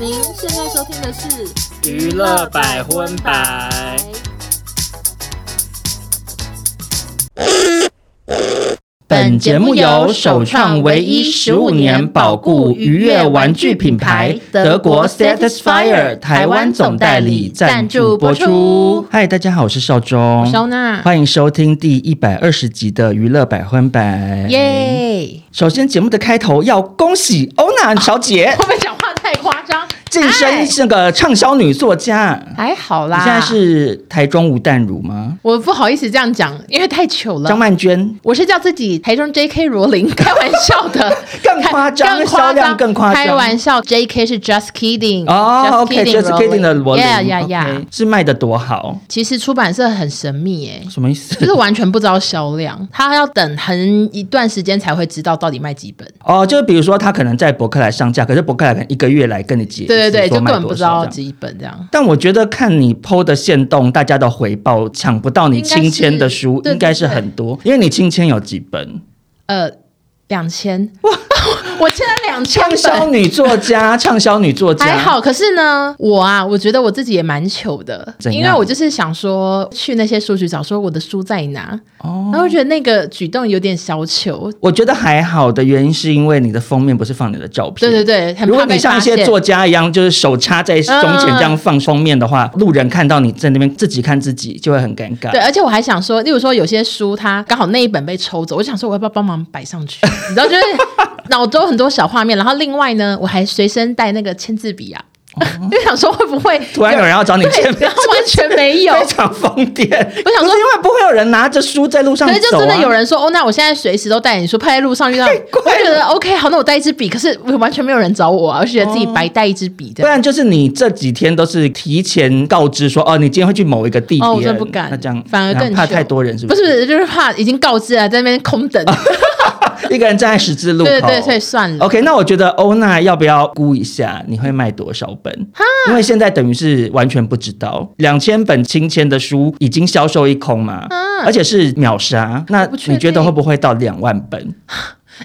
您现在收听的是《娱乐百分百》。本节目由首创唯一十五年保固愉悦玩具品哎牌哎德国 Satisfyer 台湾总代理赞助播出。嗨，大家好，我是邵忠，收纳，欢迎收听第一百二十集的娱乐百分百。耶！首先，节目的开头要恭喜欧娜小 姐会不会讲话太夸张？晋升那个畅销女作家。还好你啦。现在是台中吴淡如吗？我不好意思这样讲，因为太糗张了。曼娟我是叫自己台中 J.K. 罗琳，开玩笑的，更 夸张更销夸量张，更夸张开玩笑，J.K. 是 Just Kidding，哦，OK，just kidding 的罗琳呀呀呀 OK，！是卖的多好，其实出版社很神秘耶，什么意思？就是完全不知道销量，他要等很一段时间才会知道到底卖几本。哦，就是比如说他可能在博客来上架，可是博客来可能一个月来跟你结一次，对对对，说就根卖本多不知少这道样。几本这样。但我觉得看你 PO 的线动，大家的回报抢不到你应该是亲签的书，对应该是对对很多，因为你亲签有几本？呃，两千哇， 我现在两千畅销本。女作 家，畅销女作家，还好，可是呢，我啊，我觉得我自己也蛮糗的，怎样因为我就是想说去那些书局找，说我的书在哪，哦。然后我觉得那个举动有点小糗。我觉得还好的原因是因为你的封面不是放你的照片，对对对，很如怕果你被像发一现嗯些。作家一样，就是手插在胸前这样放封面的话，路人看到你在那边自己看自己就会很尴尬。对，而且我还想说，例如说有些书它刚好那一本被抽走，我就想说我要不要帮忙摆上 去？你知道，就是脑中很多小画面。然后另外呢，我还随身带那个签字笔啊， 就想说会不会哦突然有人要找你对见，面然，后完全 没有。非常疯癫。 我想可说是因为不会有人拿着书在路上可走、啊，是就真的有人说，哦，那我现在随时都带你说，怕在路上遇到， 怪我就觉得 OK，好，那我带一支笔，可是呃完全没有人找我啊，我就觉得自己白带一支笔 不的。然就是你这几天都是提前告知说，哦，你今天会去某一个地点，哦，我真的不敢，那这样反而更怕糗太多人，是啊不不是不是，就是怕已经告知了，在那边空等。是？一个人站在十字路口，对对对，所以算了。哦 OK，那我觉得欧娜要不要估一下你会卖多少本？因为现在等于是完全不知道，两千本亲签的书已经销售一空嘛，而且是秒杀。那啊不确定你觉得会不会到两万本？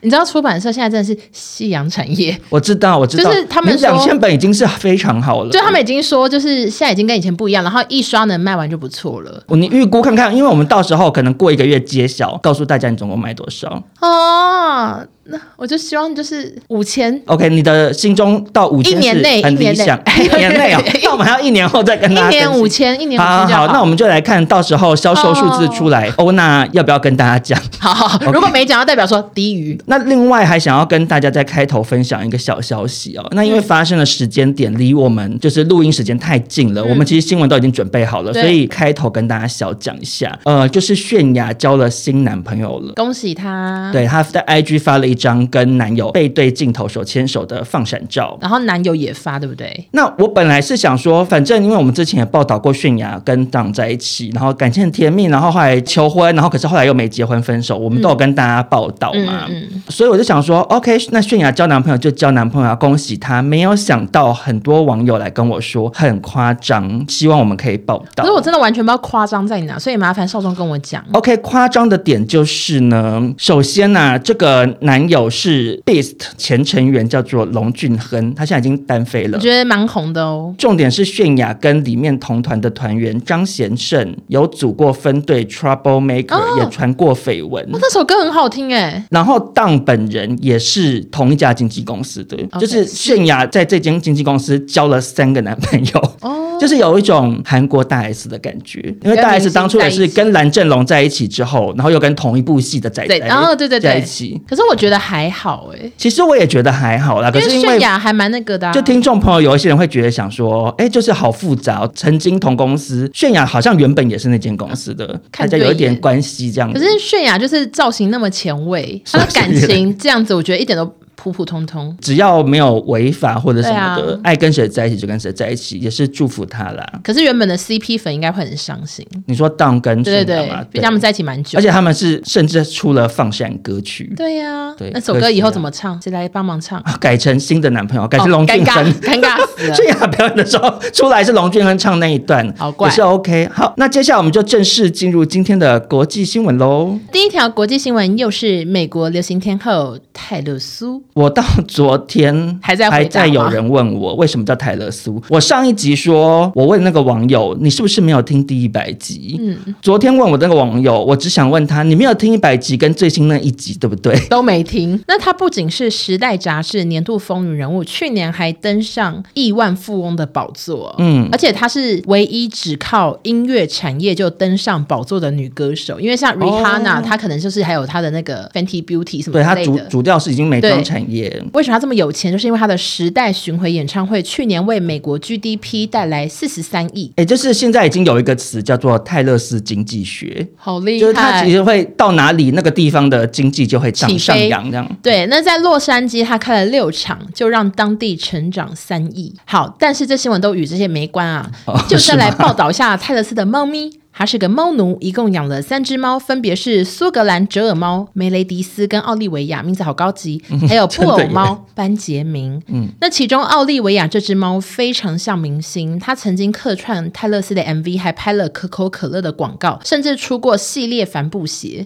你知道出版社现在真的是夕阳产 业，我知道，我知道，就是他们说两千本已经是非常好了。就他们已经说，就是现在已经跟以前不一样，然后一刷能卖完就不错了。你预估看看，因为我们到时候可能过一个月揭晓，告诉大家你总共卖多少。哦，那我就希望就是 五千， OK，你的心中到五一千年内是很理想，一一年内，年内哦 那我们还要一年后再跟一大家年更新五千，一年五好千就哦好，那我们就来看到时候销售数字出来，欧娜要不要跟大家讲？好好，如果没讲到，代表说低于。那另外还想要跟大家在开头分享一个小消息哦，那因为发生的时间点离我们就是录音时间太近了，我们其实新闻都已经准备好了，嗯对所以开头跟大家小讲一下，呃，就是泫雅交了新男朋友了。恭喜他。，对，她在 IG 发了一张跟男友背对镜头手牵手的放闪照，然后男友也发，对不对？那我本来是想说，反正因为我们之前也报道过泫雅跟党在一起，然后感情很甜蜜，然后后来求婚，然后可是后来又没结婚分手，我们都有跟大家报道嘛。嗯嗯嗯所以我就想说，OK，那泫雅交男朋友就交男朋友啊，恭喜她。没有想到很多网友来跟我说很夸张，希望我们可以报道可是。我真的完全不知道夸张在哪，所以麻烦少壮跟我讲。 OK，夸张的点就是呢，首先呢、这个男友是 Beast 前成员，叫做龙俊亨，他现在已经单飞了我。觉得蛮红的哦。重点是泫雅跟里面同团的团员张贤胜有组过分队 Trouble Maker，、哦也传过绯闻。哇，这哦首歌很好听哎。然后当本人也是同一家经纪公司的 OK，就是是泫雅在这间经纪公司交了三个男朋友。哦， 就是有一种韩国大 S 的感觉，因为大跟明 S 星当初也在是一起跟蓝正龙在一起之后，然后又跟同一部戏的仔仔对，然后对对在对一。起。可是我觉得还好哎，其实我也觉得还好啦，可是因为因为泫雅还蛮那个的啊。就听众朋友有一些人会觉得想说，哎、就是好复杂、哦，曾经同公司，泫雅好像原本也是那间公司的，大看家对有一点眼关系这样子。可是泫雅就是造型那么前 卫，啊她的感情这样子，我觉得一点都普普通通。只要没有违法或者什么对的，啊爱跟谁在一起就跟谁在一起，也是祝福他啦。可是原本的 CP 粉应该会很伤心，你说当跟对对泫雅对嘛，，毕竟他们在一起蛮久啊而。且他们是甚至出了放闪歌曲。对呀对，那首可歌惜以后啊怎么唱？谁来帮忙唱？啊改成新的男朋友，改成哦龙尴俊尬亨， 尴尬死了。泫雅表演的时候出来是龙俊亨唱那一段， 好怪也是 OK。好，那接下来我们就正式进入今天的国际新闻喽。第一条国际新闻又是美国流行天后泰勒苏。我到昨天还在回答还在有吗人问我为什么叫泰勒苏。我上一集说，我问那个网友，你是不是没有听第一百集？嗯，昨天问我那个网友，我只想问他，你没有听一百集跟最新那一集，对不对？都没听。那他不仅是《时代》杂志年度风云人物，去年还登上亿万富翁的宝座。嗯而且她是唯一只靠音乐产业就登上宝座的女歌手。因为像 Rihanna，、她可能就是还有她的那个 Fenty Beauty 什么哦对，之他类主的。主调是已经美妆对产业。为什么她这么有钱？就是因为她的时代巡回演唱会去年为美国 GDP 带来四十三亿，哎，就是现在已经有一个词叫做泰勒斯经济学，好厉害！就是它其实会到哪里，那个地方的经济就会上起飞上扬这样。对，那在洛杉矶，他开了六场，就让当地成长三亿。好，但是这新闻都与这些没关啊，哦就再来是吗报道一下泰勒斯的猫咪。它是个猫奴，一共养了三只猫，分别是苏格兰折耳猫、梅雷迪斯跟奥利维亚，名字好高级，还有嗯布真的偶耶猫班杰明。嗯，那其中奥利维亚这只猫非常像明星，它曾经客串泰勒斯的 MV，还拍了可口可乐的广告，甚至出过系列帆布鞋。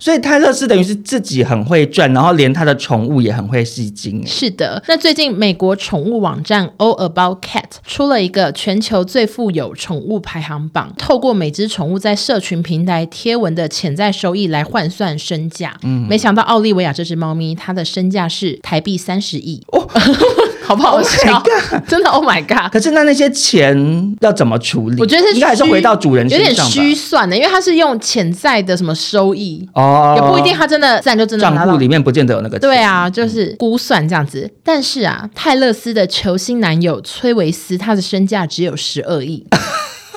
所以泰勒斯等于是自己很会赚，然后连他的宠物也很会吸睛。哎是的，那最近美国宠物网站 All About Cat 出了一个全球最富有宠物排行榜，透过每只宠物在社群平台贴文的潜在收益来换算身价。嗯，没想到奥利维亚这只猫咪，它的身价是台币三十亿，哦、 好不好 Oh my 笑真的 Oh my God！可是那那些钱要怎么处理？我觉得是应该还是虚回到主人有身点上吧。虚算的，因为它是用潜在的什么收益，哦，也不一定它真的自然就真的拿账到户里面不见得有那个钱。对，啊，就是估算这样子。但是啊，泰勒斯的球星男友崔维斯，他的身价只有十二亿，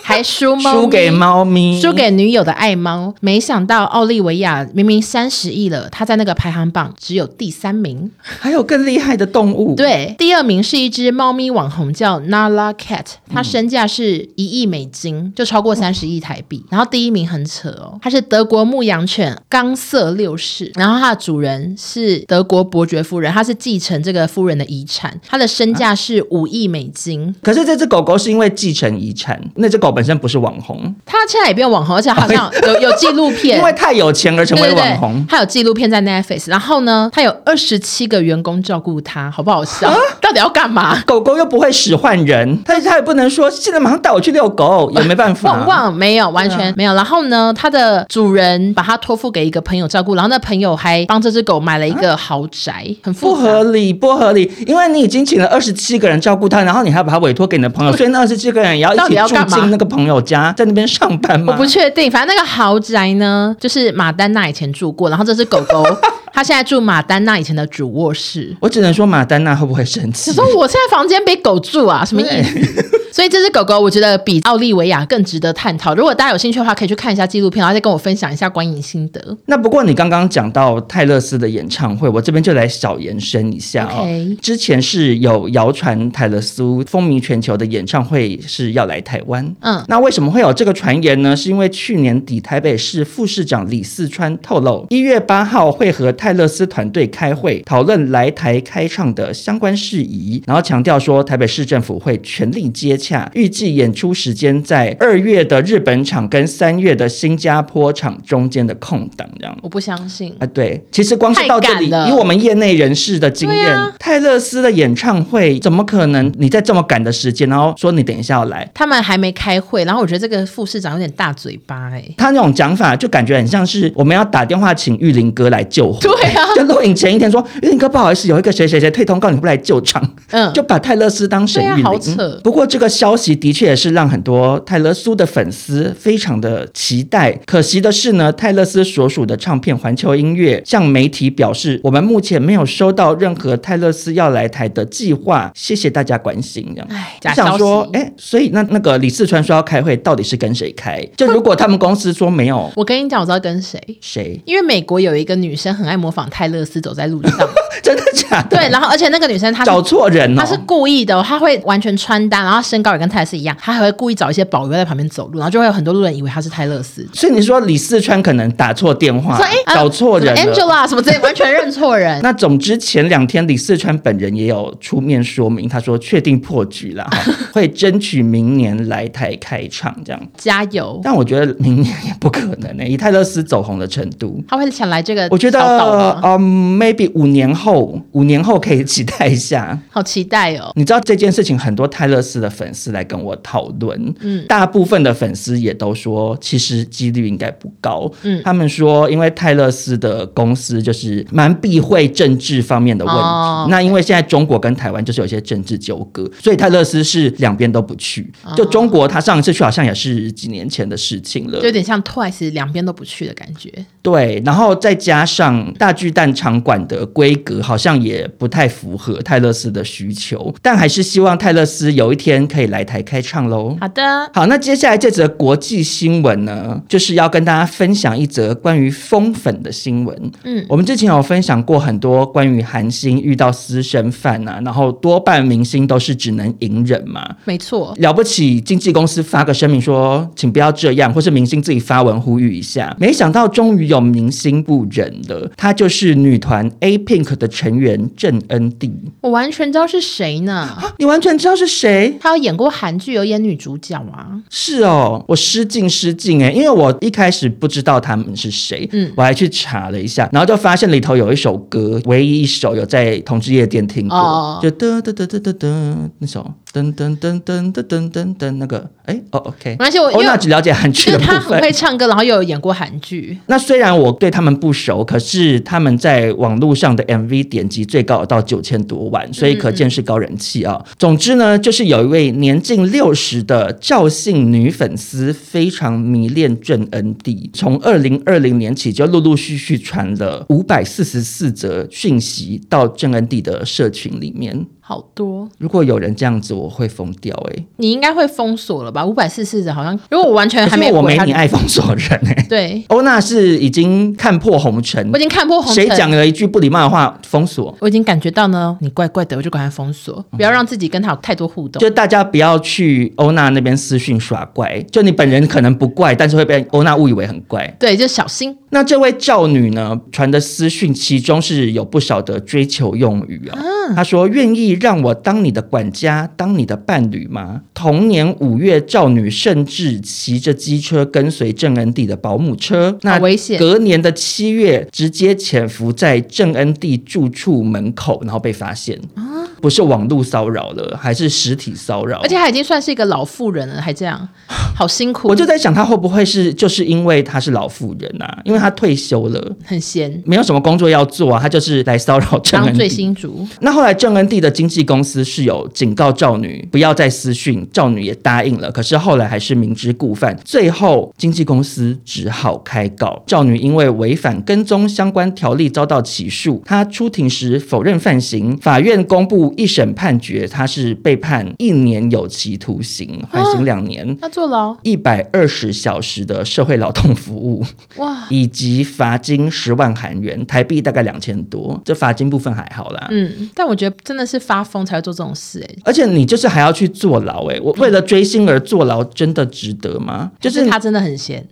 还输猫咪输给。猫咪，输给女友的爱猫，没想到奥利维亚明明三十亿了，他在那个排行榜只有第三名。还有更厉害的动物。，对，第二名是一只猫咪网红叫 Nala Cat，它嗯身价是一亿美金，就超过三十亿台币。然后第一名很扯哦，它是德国牧羊犬冈瑟六世，然后它的主人是德国伯爵夫人，它是继承这个夫人的遗产，它的身价啊是五亿美金。可是这只狗狗是因为继承遗产，那只狗本身不是网红，它现在也变网红，而且好像有有纪录片，啊因为太有钱而成为网对对对红。他有纪录片在 Netflix，然后呢，他有二十七个员工照顾他，好不好啊笑？到底要干嘛？狗狗又不会使唤人，但是它也不能说现在马上带我去遛狗，也没办法。 旺旺没有，完全没有。然后呢，它的主人把它托付给一个朋友照顾，然后那朋友还帮这只狗买了一个豪宅，很不复合杂。理，不合理，因为你已经请了二十七个人照顾它，然后你还把它委托给你的朋友，所以那二十七个人也要一到起底要住干嘛进那个朋友家，在那边上班吗？我不确定，反正那个豪宅呢，就是马丹娜以前住过，然后这只狗 狗它现在住马丹娜以前的主卧室。我只能说马丹娜会不会生气你？说我现在房间被狗住啊，什么意思？ 所以这只狗狗，我觉得比奥利维亚更值得探讨。如果大家有兴趣的话，可以去看一下纪录片，然后再跟我分享一下观影心得。那不过你刚刚讲到泰勒斯的演唱会，我这边就来小延伸一下哦。 OK 之前是有谣传泰勒斯风靡全球的演唱会是要来台湾，嗯，那为什么会有这个传言呢？是因为去年底台北市副市长李四川透露，一月八号会和泰勒斯团队开会，讨论来台开唱的相关事宜，然后强调说台北市政府会全力接洽，预计演出时间在二月的日本场跟三月的新加坡场中间的空档，这样。我不相信。啊，对，其实光是到这里，太赶了以我们业内人士的经对验，啊泰勒斯的演唱会怎么可能你在这么赶的时间，然后说你等一下要来？他们还没开会，然后我觉得这个副市长有点大嘴巴哎、他那种讲法就感觉很像是我们要打电话请玉林哥来救火，对啊就录影前一天说玉林哥不好意思，有一个谁谁谁退通告，你不来救场，嗯就把泰勒斯当神玉对林。啊好扯不过这个消息的确也是让很多泰勒苏的粉丝非常的期待。可惜的是呢，泰勒斯所属的唱片环球音乐向媒体表示，我们目前没有收到任何泰勒斯要来台的计划，谢谢大家关心。这样。哎，我假消想息。说，哎、所以那那个李四川说要开会，到底是跟谁开？就如果他们公司说没有我跟你讲，我知道跟谁，谁，因为美国有一个女生很爱模仿泰勒斯走在路 上，真的假的？对，然后而且那个女生她是找错人哦。她是故意的哦、她会完全穿搭，然后身高也跟泰勒斯一样，她还会故意找一些保镖在旁边走路，然后就会有很多路人以为她是泰勒斯。所以你说李四川可能打错电话说哎，，找错人啊什么了。 ，Angela 什么之类，完全认错人。那总之前两天李四川本人也有出面说明，他说确定破局了，哈会争取明年来台开唱这样。加油，欸但我觉得明年也不可能呢、以泰勒斯走红的程度，她会想来这个我觉小岛了得吗？嗯、m a y b e 五年后，五年后可以期待一下。好期待哦！你知道这件事情，很多泰勒斯的粉丝来跟我讨论，嗯大部分的粉丝也都说，其实几率应该不高，嗯他们说，因为泰勒斯的公司就是蛮避讳政治方面的问题，哦那因为现在中国跟台湾就是有一些政治纠葛，所以泰勒斯是两边都不去，哦就中国他上一次去好像也是几年前的事情了就，有点像 Twice 两边都不去的感觉。对，然后再加上大巨蛋场馆的规格好像也不太符合泰勒斯的需求，但还是希望泰勒斯有一天可以来台开唱喽。好的，好，那接下来这则国际新闻呢，就是要跟大家分享一则关于风粉的新闻。嗯我们之前有分享过很多关于韩星遇到私生饭啊，然后多半明星都是只能隐忍嘛，没错，了不起，经纪公司发个声明说，请不要这样，或是明星自己发文呼吁一下。没想到，终于有明星不忍了，她就是女团 A Pink 的成员郑恩地。啊我完全知道是谁呢。你完全知道是谁？她有演过韩剧，有演女主角啊。是哦，我失敬失敬哎，因为我一开始不知道他们是谁，嗯我还去查了一下，然后就发现里头有一首歌，唯一一首有在同志夜店听过，哦就噔噔噔噔噔噔那首噔噔噔噔噔噔噔噔那个，哎哦 OK，没关系我哦因为那只了解韩就剧是的部她很分会。唱歌，然后又有演过韩剧。那虽然我对他们不熟，可是他们在网络上的 MV 点击最高有到九千多万，嗯所以可见是高人气啊、总之呢，就是有一位年近六十的赵姓女粉丝非常迷恋郑恩地，从二零二零年起就陆陆续续传了五百四十四则讯息到郑恩地的社群里面。好多，如果有人这样子，我会疯掉欸诶、你应该会封锁了吧？五百四四的，好像如果我完全可还是没我没回她你爱啊封锁人诶、对，欧娜是已经看破红尘我已，经看破红谁尘。讲了一句不礼貌的话，封锁。我已经感觉到呢，你怪怪的，我就赶快封锁，不要让自己跟他有太多互动。嗯就大家不要去欧娜那边私讯耍怪，就你本人可能不怪，但是会被欧娜误以为很怪。对，就小心那这位赵女呢，传的私讯其中是有不少的追求用语哦。啊她说：“愿意让我当你的管家，当你的伴侣吗？”同年五月，赵女甚至骑着机车跟随郑恩地的保姆车，那危险隔年的七月，直接潜伏在郑恩地住处门口，然后被发现。啊不是网络骚扰了，还是实体骚扰？而且他已经算是一个老妇人了，还 这样，好辛苦。我就在想，他会不会是就是因为他是老妇人啊？因为他退休了，很闲，没有什么工作要做啊，他就是来骚扰郑当恩醉地。心竹。那后来郑恩地的经纪公司是有警告赵女不要再私讯，赵女也答应了，可是后来还是明知故犯，最后经纪公司只好开告。赵女因为违反跟踪相关条例遭到起诉，她出庭时否认犯行，法院公布一审判决，她是被判一年有期徒刑，缓刑两年。那坐牢一百二十小时的社会劳动服务，哇，以及罚金十万韩元，台币大概两千多。这罚金部分还好啦。嗯，但我觉得真的是发疯才会做这种事、欸，而且你就是还要去坐牢诶、嗯我为了追星而坐牢，真的值得吗？就就是 是他真的很闲，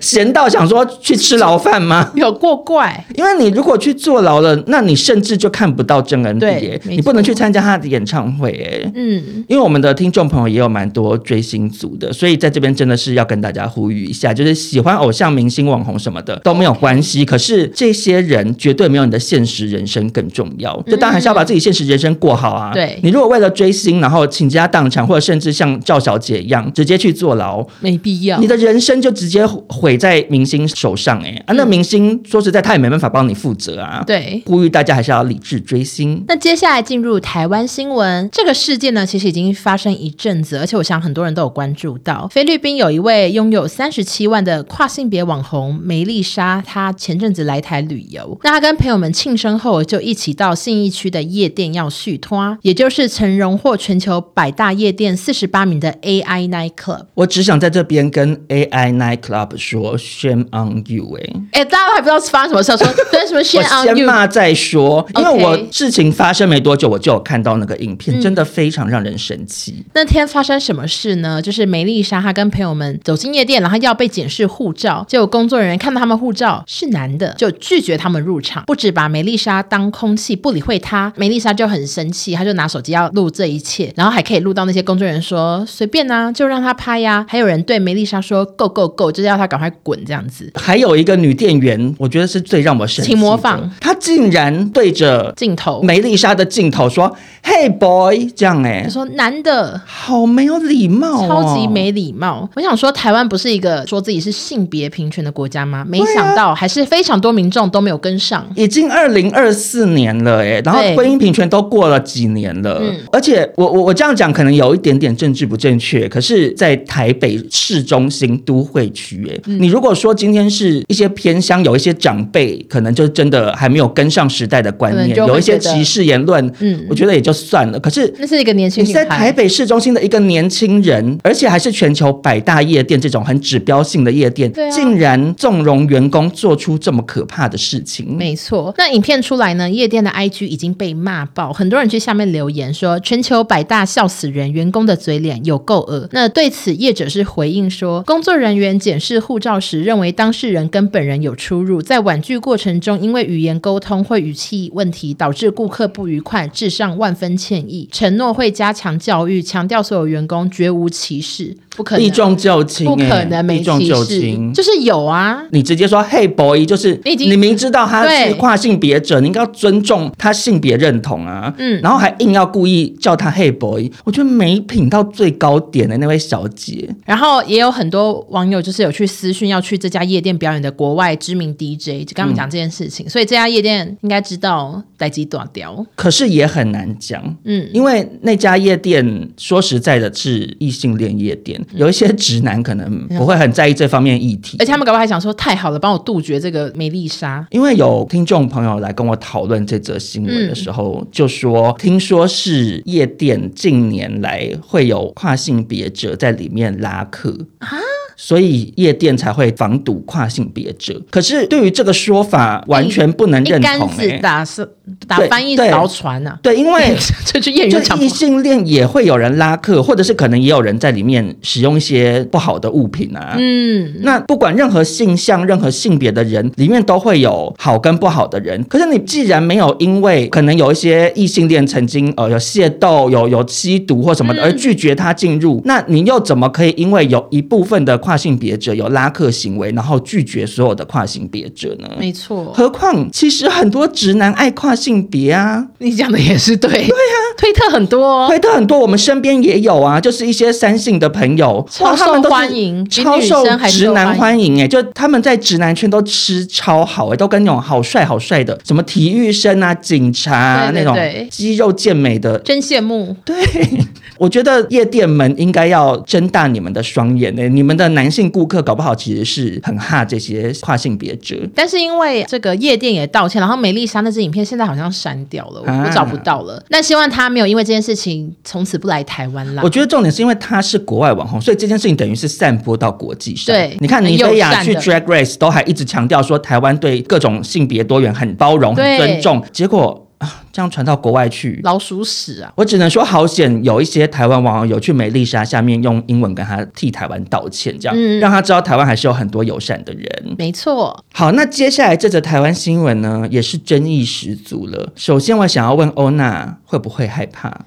闲到想说去吃牢饭吗？有过怪，因为你如果去坐牢了，那你甚至就看不到郑恩地对耶、没你不能错去参加他的演唱会欸诶、嗯，因为我们的听众朋友也有蛮多追星族的，所以在这边真的是要跟大家呼吁一下，就是喜欢偶像明星、网红什么的都没有关系，可是这些人绝对没有你的现实人生更重要。就当然还是要把自己现实人生过好啊。嗯对你如果为了追星，然后倾家荡产，或者甚至像赵小姐一样直接去坐牢，没必要你。的人生就直接毁在明星手上哎、啊，那嗯明星说实在他也没办法帮你负责啊。，对，呼吁大家还是要理智追星。那接下来进入台湾新闻，这个事件呢，其实已经发生一阵子，而且我想很多人都有关注到。菲律宾有一位拥有三十七万的跨性别网红梅丽莎，她前阵子来台旅游，那她跟朋友们庆生后，就一起到信义区的夜店要续托，啊也就是曾荣获全球百大夜店四十八名的 AI Night Club。我只想在这边跟 AI Night Club 说，Shame on you！哎、哎，大家还不知道发生什么事，说 对什么 shit 我 on 先 you，骂再说，因为 OK 我事情发生没多久，我就有看到那个影片，嗯真的非常让人生气。那天发生什么事呢？就是梅丽莎她跟朋友们走进夜店，然后要被检视护照，结果工作人员看到他们护照是男的，就拒绝他们入场，不止把梅丽莎当空气，不理会她。梅丽莎就很生气，她就拿手机要录这一切，然后还可以录到那些工作人员说随便啊，就让他拍呀、还有人对梅丽莎说 “go go 够，就是要他赶快滚这样子。还有一个女店员，我觉得是最让我生气的。请模仿她竟然对着镜头，梅丽莎的镜头说：“Hey boy”，这样哎、我说男的好没有礼貌、哦，超级没礼貌。我想说，台湾不是一个说自己是性别平权的国家吗？没啊想到还是非常多民众都没有跟上。已经二零二四年了哎，然后对婚姻平权都过了几年了，嗯而且我我我这样讲可能有一点点政治不正确，可是，在台北市中心都会区哎，嗯你如果说今天是一些偏乡，有一些长辈可能就真的还没有跟上时代的观可能念，就会有一些觉得歧视言论，嗯我觉得也就算了，可是。那是一个年轻你女是在台孩，北市中心的一个年轻人，而且还是全球百大夜店这种很指标性的夜店，对啊竟然纵容员工做出这么可怕的事情，没错。那影片出来呢，夜店的 IG 已经被骂爆，很多人去下面留言说，全球百大笑死人，员工的嘴脸有够恶。那对此业者是回应说，工作人员检视护照时认为当事人跟本人有出入，在婉拒过程中因为语言沟通或语气问题导致顾客不愉快，致上万分歉意，承诺会加强教育，强调所有员工绝无歧视，不可能避。重就轻、不可哎能避没重歧就视，轻。就是有啊。你直接说 “Hey boy”，就是你已经明知道他对是跨性别者，你应该要尊重他性别认同啊。嗯然后还硬要故意叫他 “Hey boy”，我觉得没品到最高点的那位小姐，然后也有很多网友就是有去私讯要去这家夜店表演的国外知名 DJ，就跟他们讲这件事情，所以这家夜店应该知道嗯逮鸡短掉。可是也很难讲。嗯，因为那家夜店说实在的是异性恋夜店，有一些直男可能不会很在意这方面议题嗯而。且他们搞不好还想说太好了，帮我杜绝这个梅丽莎。因为有听众朋友来跟我讨论这则新闻嗯的时候，就说听说是夜店近年来会有跨性别者在里面拉客啊。所以夜店才会防堵跨性别者，可是对于这个说法完全不能哎一认竿同、子欸。打是打对翻一对艘船呐、欸对，因啊，为这句谚语就 就讲不异性恋也会有人拉客，或者是可能也有人在里面使用一些不好的物品啊。嗯，那不管任何性向、任何性别的人，里面都会有好跟不好的人。可是你既然没有因为可能有一些异性恋曾经呃有械斗、有有吸毒或什嗯么的而拒绝他进入，那你又怎么可以因为有一部分的跨性别者有拉客行为，然后拒绝所有的跨性别者呢？没错，何况，其实很多直男爱跨性别啊，你讲的也是对。对啊，推特很多、哦。推特很多，我们身边也有啊，就是一些三性的朋友，超哇他们受都是欢迎比超女受生还直受欢男迎欢迎哎、就他们在直男圈都吃超好哎、都跟那种好帅好帅的，什么体育生啊、警察、啊、对对那对种肌肉健美的。真羡慕，对， 我觉得夜店们应该要睁大你们的双眼哎、你们的男性顾客搞不好其实是很怕这些跨性别者。但是因为这个夜店也道歉，然后梅丽莎那支影片现在好像删掉了，我啊我找不到了。那希望她没有因为这件事情从此不来台湾啦我。觉得重点是因为他是国外网红，所以这件事情等于是散播到国际上。对你看很倪友飞雅善去的 Drag Race 都还一直强调说台湾对各种性别多元很包容、对很尊重，结果啊这样传到国外去。老鼠屎啊！我只能说，好险有一些台湾网友有去美丽莎下面用英文跟他替台湾道歉，这样、嗯让他知道台湾还是有很多友善的人。没错，好，那接下来这则台湾新闻呢，也是争议十足了。首先，我想要问欧娜会不会害怕？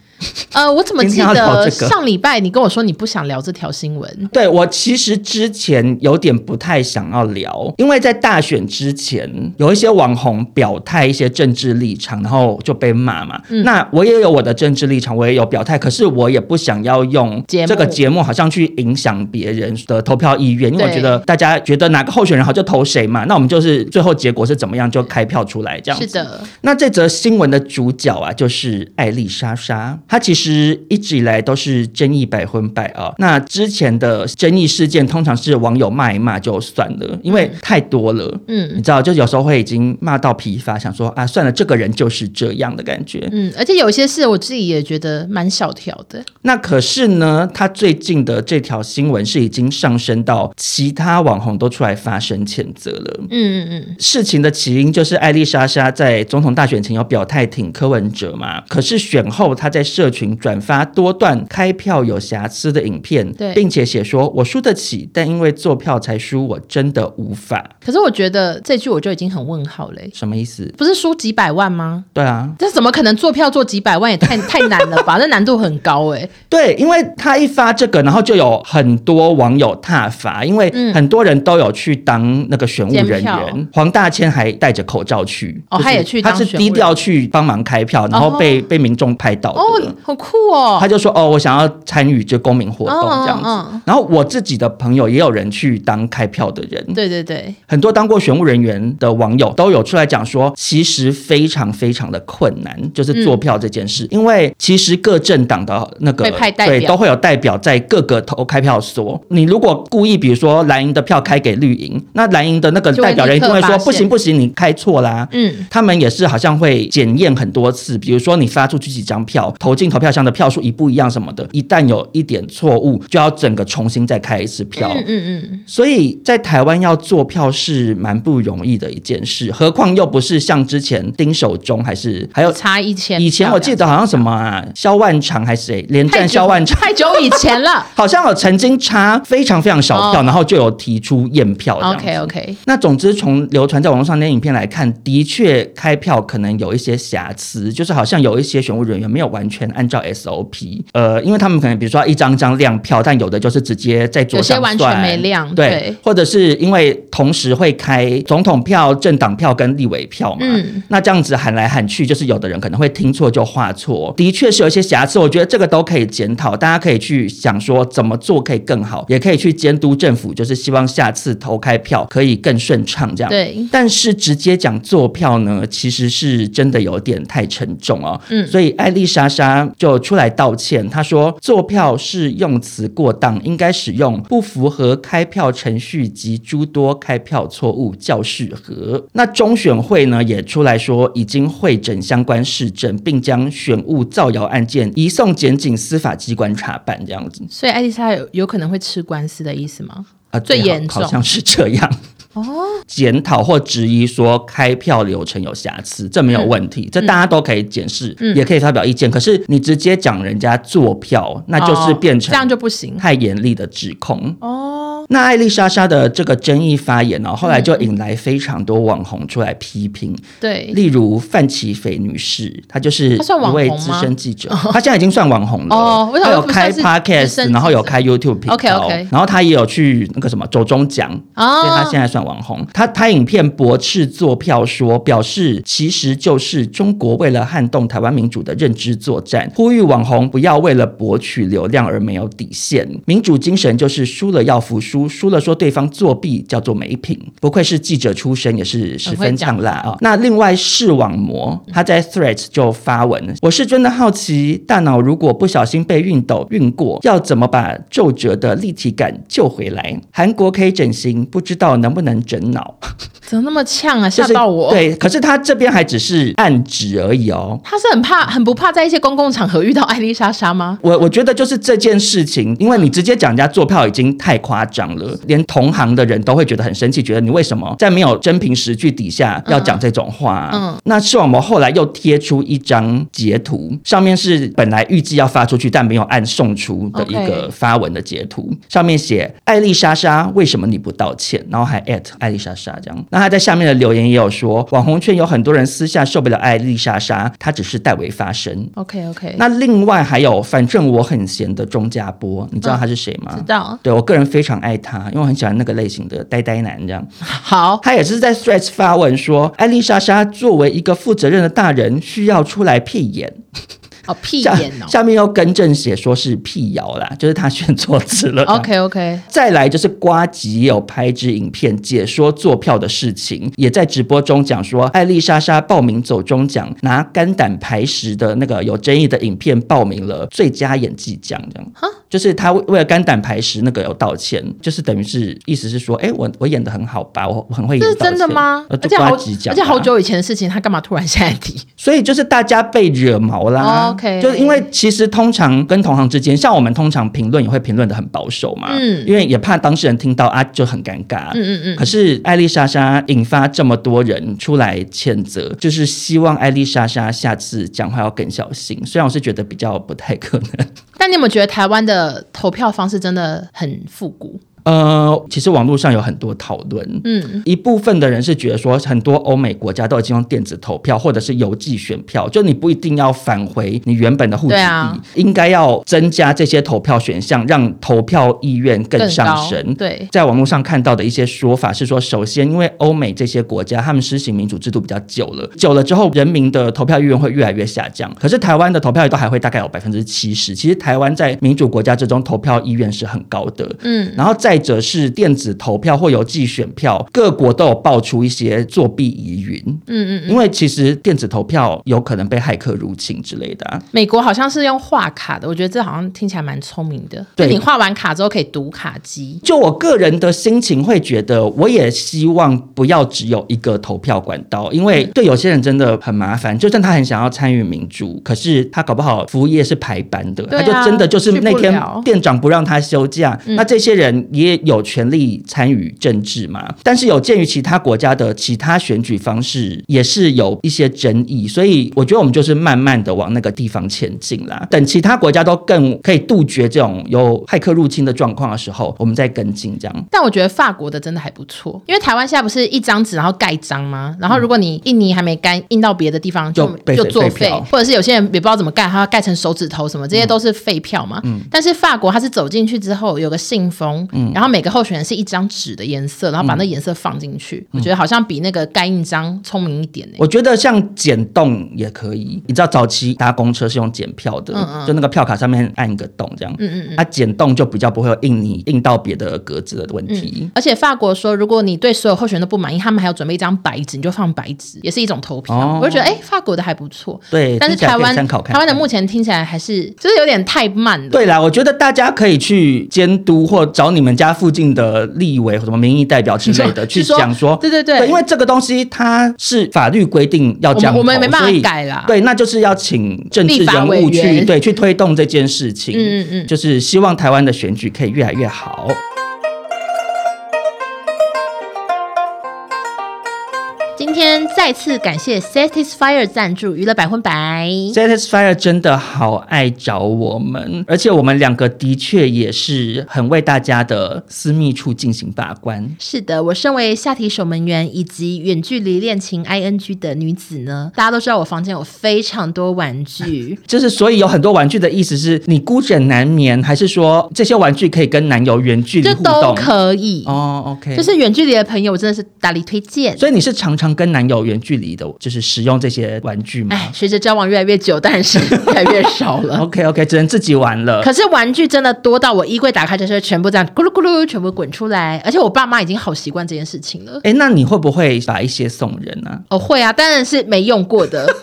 呃，我怎么记今天要聊得这个上礼拜你跟我说你不想聊这条新闻？对我其实之前有点不太想要聊，因为在大选之前，有一些网红表态一些政治立场，然后就被骂嘛。嗯那我也有我的政治立场，我也有表态，可是我也不想要用节目这个节目好像去影响别人的投票意愿，因为我对觉得大家觉得哪个候选人好就投谁嘛。那我们就是最后结果是怎么样就开票出来这样子。是的，那这则新闻的主角啊，就是艾丽莎莎。她其实一直以来都是争议百分百啊。那之前的争议事件，通常是网友骂一骂就算了，因为太多了。你嗯知道，就有时候会已经骂到疲乏，想说啊，算了，这个人就是这样的感觉。嗯，而且有一些事我自己也觉得蛮小条的，那可是呢，她最近的这条新闻是已经上升到其他网红都出来发声谴责了。嗯嗯嗯，事情的起因就是艾丽莎莎在总统大选前有表态挺柯文哲嘛，可是选后她在社群转发多段开票有瑕疵的影片对，并且写说我输得起，但因为做票才输，我真的无法。可是我觉得这句我就已经很问号嘞、什么意思？不是输几百万吗？对啊，这怎么可能做票做几百万也太 太难了吧？那难度很高哎、对，因为他一发这个，然后就有很多网友挞伐，因为嗯很多人都有去当那个选务监人票员。黄大千还戴着口罩去，哦就是他也去他当是选务低人调去帮忙开票，然后被、被民众拍到的。哦，好酷哦他！就说：“哦，我想要参与这公民活动嗯嗯这样子。嗯然后我自己的朋友也有人去当开票的人，对对对，很多当过选务人员的网友都有出来讲说，其实非常非常的困难，就是做票这件事，因为其实各政党的那个会嗯派代表对都会有代表在各个投开票所。你如果故意，比如说蓝营的票开给绿营，那蓝营的那个代表人一定会就会说立刻发现不行不行，你开错啦。嗯，他们也是好像会检验很多次，比如说你发出去几张票，投进投票箱的票数一不一样什么的，一旦有一点错误，就要整个重新再开一次票。嗯嗯嗯，所以在台湾要做票是蛮不容易的一件事，何况又不是像之前丁守中还是还有嗯差一千。以前我记得好像什么啊，萧万长还是谁连太战久萧万长，。太久以前了 好像有曾经差非常非常少票，哦然后就有提出验票这样子 OK OK，那总之，从流传在网络上那影片来看，的确开票可能有一些瑕疵，就是好像有一些选务人员没有完全按照 SOP，呃，因为他们可能比如说要一张张亮票，但有的就是直接在桌上有些完算全没亮对，对或者是因为同时会开总统票、政党票跟立委票嘛，嗯那这样子喊来喊去，就是有的人可能会听错就画错，的确是有一些瑕疵，我觉得这个都可以检讨，大家可以去想说怎么做可以更好，也可以去监督政府，就是希望下次投开票可以更顺畅这样。对，但是直接讲坐票呢，其实是真的有点太沉重哦。嗯所以艾丽莎莎就出来道歉，她说坐票是用词过当，应该使用不符合开票程序及诸多开票错误较适合。那中选会呢也出来说，已经会诊相关市政，并将选务造谣案件移送检警司法机关查办，这样子所以艾丽莎有有可能会吃官司的意思吗？啊，最对好严重哦好像是这样。检讨或质疑说开票流程有瑕疵，这没有问题，这大家都可以检视，嗯也可以发表意见。可是你直接讲人家做票，那就是变成哦这样就不行太严厉的指控。哦。嗯那艾丽莎莎的这个争议发言呢、哦后来就引来非常多网红出来批评，对，例如范琪斐女士，她就是她算一网红位吗资深记者，她现在已经算网红了。哦我想她有说不开算是资深 podcast，记然后有者开 YouTube 频道 OK，OK 然后她也有去那个什么走中奖，哦所以他现在算网红。他拍影片驳斥做票说，表示其实就是中国为了撼动台湾民主的认知作战，呼吁网红不要为了博取流量而没有底线。民主精神就是输了要服输，输了说对方作弊叫做没品。不愧是记者出身，也是十分呛辣哦啊、那另外视网膜，嗯他在 Threads 就发文，我是真的好奇，大脑如果不小心被熨斗熨过，要怎么把皱褶的立体感救回来？韩国可以整形，不知道能不能整脑？怎么那么呛啊？就吓是到我。，对，可是他这边还只是暗指而已哦。他是很怕、很不怕在一些公共场合遇到艾丽莎莎吗？我我觉得就是这件事情，因为你直接讲人家做票已经太夸张了，连同行的人都会觉得很生气，觉得你为什么在没有真凭实据底下要讲这种话？嗯嗯那视网膜后来又贴出一张截图，上面是本来预计要发出去但没有按送出的一个 OK 发文的截图，上面写艾丽莎莎为什么你不道歉？然后还 at 艾丽莎莎这样。那他在下面的留言也有说，网红圈有很多人私下受不了艾丽莎莎，她只是代为发声。 OK OK，那另外还有，反正我很闲的钟家波，你知道他是谁吗？嗯知道对我个人非常爱他，因为我很喜欢那个类型的呆呆男这样。好，他也是在 Threads 发文说，艾丽莎莎作为一个负责任的大人，需要出来屁眼。哦，屁下眼哦。下面又更正写说是辟谣啦，就是他选错字了。 OK OK，再来就是瓜吉也有拍支影片解说做票的事情，也在直播中讲说艾丽莎莎报名走中奖，拿肝胆排石的那个有争议的影片报名了最佳演技奖，这样哈，就是他为为了肝胆排石那个有道歉，就是等于是意思是说，哎、我我演的很好吧，我我很会演这道歉，是真的吗？呃而就且好，瓜吉讲， 而且好，久以前的事情，他干嘛突然现在提？所以就是大家被惹毛啦，哦 OK 就是因为其实通常跟同行之间，像我们通常评论也会评论的很保守嘛，嗯因为也怕当事人听到啊就很尴尬，嗯嗯嗯可是艾丽莎莎引发这么多人出来谴责，就是希望艾丽莎莎下次讲话要更小心。虽然我是觉得比较不太可能。但你有没有觉得台湾的投票方式真的很复古？呃，其实网络上有很多讨论，嗯，一部分的人是觉得说，很多欧美国家都已经用电子投票或者是邮寄选票，就你不一定要返回你原本的户籍地，对啊应该要增加这些投票选项，让投票意愿更上高升。对，在网络上看到的一些说法是说，首先，因为欧美这些国家他们施行民主制度比较久了，久了之后，人民的投票意愿会越来越下降。可是台湾的投票率都还会大概有百分之七十，其实台湾在民主国家之中投票意愿是很高的。嗯，然后再者是电子投票或邮寄选票，各国都有爆出一些作弊疑云，嗯嗯嗯。因为其实电子投票有可能被骇客入侵之类的啊、美国好像是用画卡的，我觉得这好像听起来蛮聪明的。对就你画完卡之后可以读卡机。就我个人的心情会觉得，我也希望不要只有一个投票管道，因为对有些人真的很麻烦。就算他很想要参与民主，可是他搞不好服务业是排班的，对他啊就真的就是那天去不了店长不让他休假，嗯那这些人也有权利参与政治嘛。但是有鉴于其他国家的其他选举方式也是有一些争议，所以我觉得我们就是慢慢的往那个地方前进啦。等其他国家都更可以杜绝这种有骇客入侵的状况的时候，我们再跟进这样。但我觉得法国的真的还不错，因为台湾现在不是一张纸然后盖章吗？然后如果你印泥还没干，印到别的地方就就被就废作废废票，或者是有些人也不知道怎么盖，他要盖成手指头什么，这些都是废票嘛。嗯但是法国它是走进去之后有个信封，然后每个候选人是一张纸的颜色，然后把那颜色放进去，我觉得好像比那个盖印章聪明一点呢、嗯欸我觉得像剪洞也可以，你知道早期搭公车是用剪票的，嗯嗯就那个票卡上面按一个洞这样，嗯嗯嗯。它、剪洞就比较不会有印你印到别的格子的问题。而且法国说，如果你对所有候选人都不满意，他们还要准备一张白纸，你就放白纸，也是一种投票。哦我就觉得，哎、法国的还不错。对，但是听起来台可以湾参考看看台湾的目前听起来还是就是有点太慢了。对啦，我觉得大家可以去监督或找你们家附近的立委、什么民意代表之类的 你去说讲说，对对对因为这个东西它是法律规定要我这们样投，我们没办法所以改啦对，那就是要请政治立法人委物去员对去推动这件事情，嗯嗯嗯就是希望台湾的选举可以越来越好。今天再次感谢 Satisfyer 赞助娱乐百分百。 Satisfier 真的好爱找我们，而且我们两个的确也是很为大家的私密处进行把关。。是的，我身为下体守门员以及远距离恋情 ing 的女子呢，大家都知道我房间有非常多玩具 就是，所以有很多玩具的意思是你孤枕难眠，还是说这些玩具可以跟男友远距离这互都动？可以，哦，OK，就是远距离的朋友，我真的是大力推荐。所以你是常常跟男友远距离的，就是使用这些玩具吗哎，随着交往越来越久，当然是越来越少了。 ？OK OK，只能自己玩了。可是玩具真的多到我衣柜打开就是全部这样咕噜咕噜全部滚出来，而且我爸妈已经好习惯这件事情了。哎，那你会不会把一些送人呢、哦，会啊，当然是没用过 的。啊？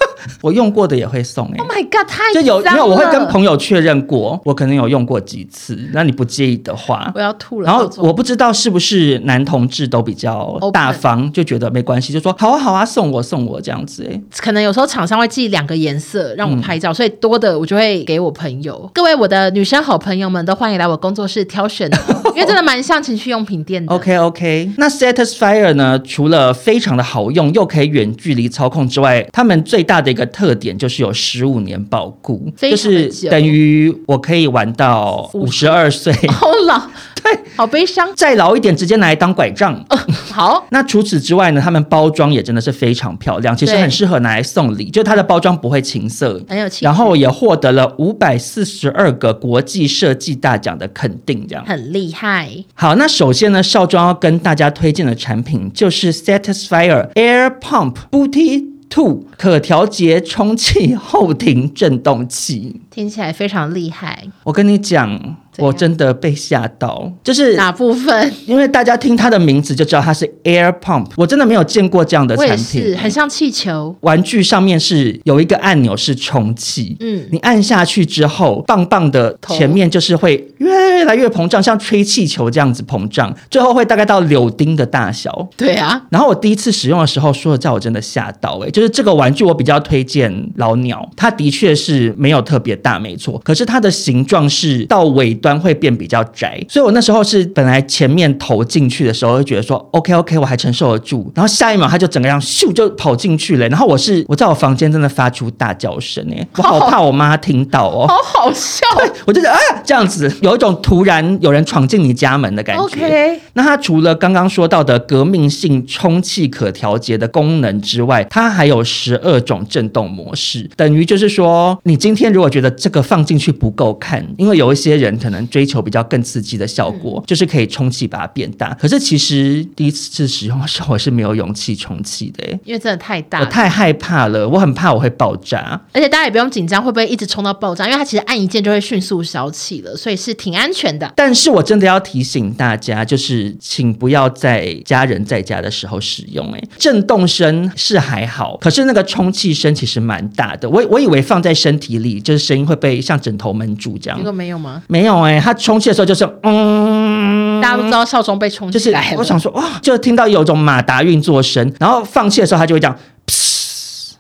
我用过的也会送哎、 oh my god，太就有脏没有？我会跟了朋友确认过，我可能有用过几次。那你不介意的话我，要吐了。然后赵总我不知道是不是男同志都比较 Open 大方，就觉得没关系，就说好啊好啊，送我送我这样子哎、可能有时候厂商会寄两个颜色让我拍照，所以多的我就会给我朋友。各位我的女生好朋友们都欢迎来我工作室挑选 哦，因为真的蛮像情趣用品店的。 OK OK，那 Satisfier 呢？除了非常的好用，又可以远距离操控之外，他们最大的一个特点就是有十五年保固，非就常的是久等于我可以玩到五十二岁，好老， 对，好悲伤。 再老一点直接拿来当拐杖。哦好，那除此之外呢，他们包装也真的是非常漂亮，其实对很适合拿来送礼，就它的包装不会情色。很有情趣，然后也获得了五百四十二个国际设计大奖的肯定，这样。很厉害。好，那首先呢，少庄要跟大家推荐的产品就是 Satisfier Air Pump Booty Two 可调节充气后庭震动器。听起来非常厉害。我跟你讲，怎样我真的被吓到，就是哪部分？因为大家听它的名字就知道它是 air pump，我真的没有见过这样的我也产是，品。很像气球。玩具上面是有一个按钮是充气，嗯你按下去之后，棒棒的头前面就是会越来越膨胀，像吹气球这样子膨胀，最后会大概到柳丁的大小。对啊，然后我第一次使用的时候，说实在我真的吓到哎、欸就是这个玩具我比较推荐老鸟，它的确是没有特别大，没错，可是它的形状是到尾端会变比较窄，所以我那时候是本来前面投进去的时候会觉得说 OK OK 我还承受得住，然后下一秒它就整个这样咻就跑进去了欸、然后我是我在我房间真的发出大叫声哎、欸我好怕我妈听到哦、好好笑。我就觉得啊，这样子有一种突然有人闯进你家门的感觉。 OK 那它除了刚刚说到的革命性充气可调节的功能之外，它还有十二种震动模式，等于就是说，你今天如果觉得这个放进去不够看，因为有一些人可能追求比较更刺激的效果，就是可以充气把它变大。可是其实第一次使用的时候，我是没有勇气充气的、欸。因为真的太大我了，太害怕了，我很怕我会爆炸。而且大家也不用紧张会不会一直冲到爆炸，因为它其实按一键就会迅速消气了，所以是挺安全的。但是我真的要提醒大家，就是请不要在家人在家的时候使用、欸。震动声是还好，可是那个充气声其实蛮大的。我我以为放在身体里，就是声音会被像枕头闷住这样结。果没有吗？没有哎、它充气的时候就是嗯，大家都知道少中被冲就起是来了，我想说哇，就听到有种马达运作声，然后放气的时候它就会这样，噗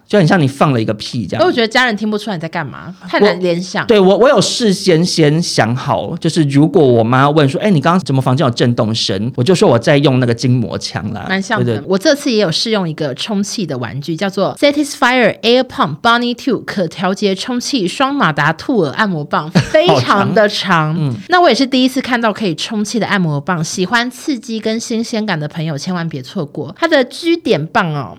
就很像你放了一个屁这因为我样。觉得家人听不出来你在干嘛，嗯太难联想。对我，我有事先先想好，就是如果我妈问说，哎、你刚刚怎么房间有震动声？我就说我在用那个筋膜枪啦，蛮像对的对。我这次也有试用一个充气的玩具，叫做 Satisfier Air Pump Bunny Two 可调节充气双马达兔耳按 摩棒，非常的长。嗯那我也是第一次看到可以充气的按摩棒，喜欢刺激跟新鲜感的朋友千万别错过。它的居点棒 哦，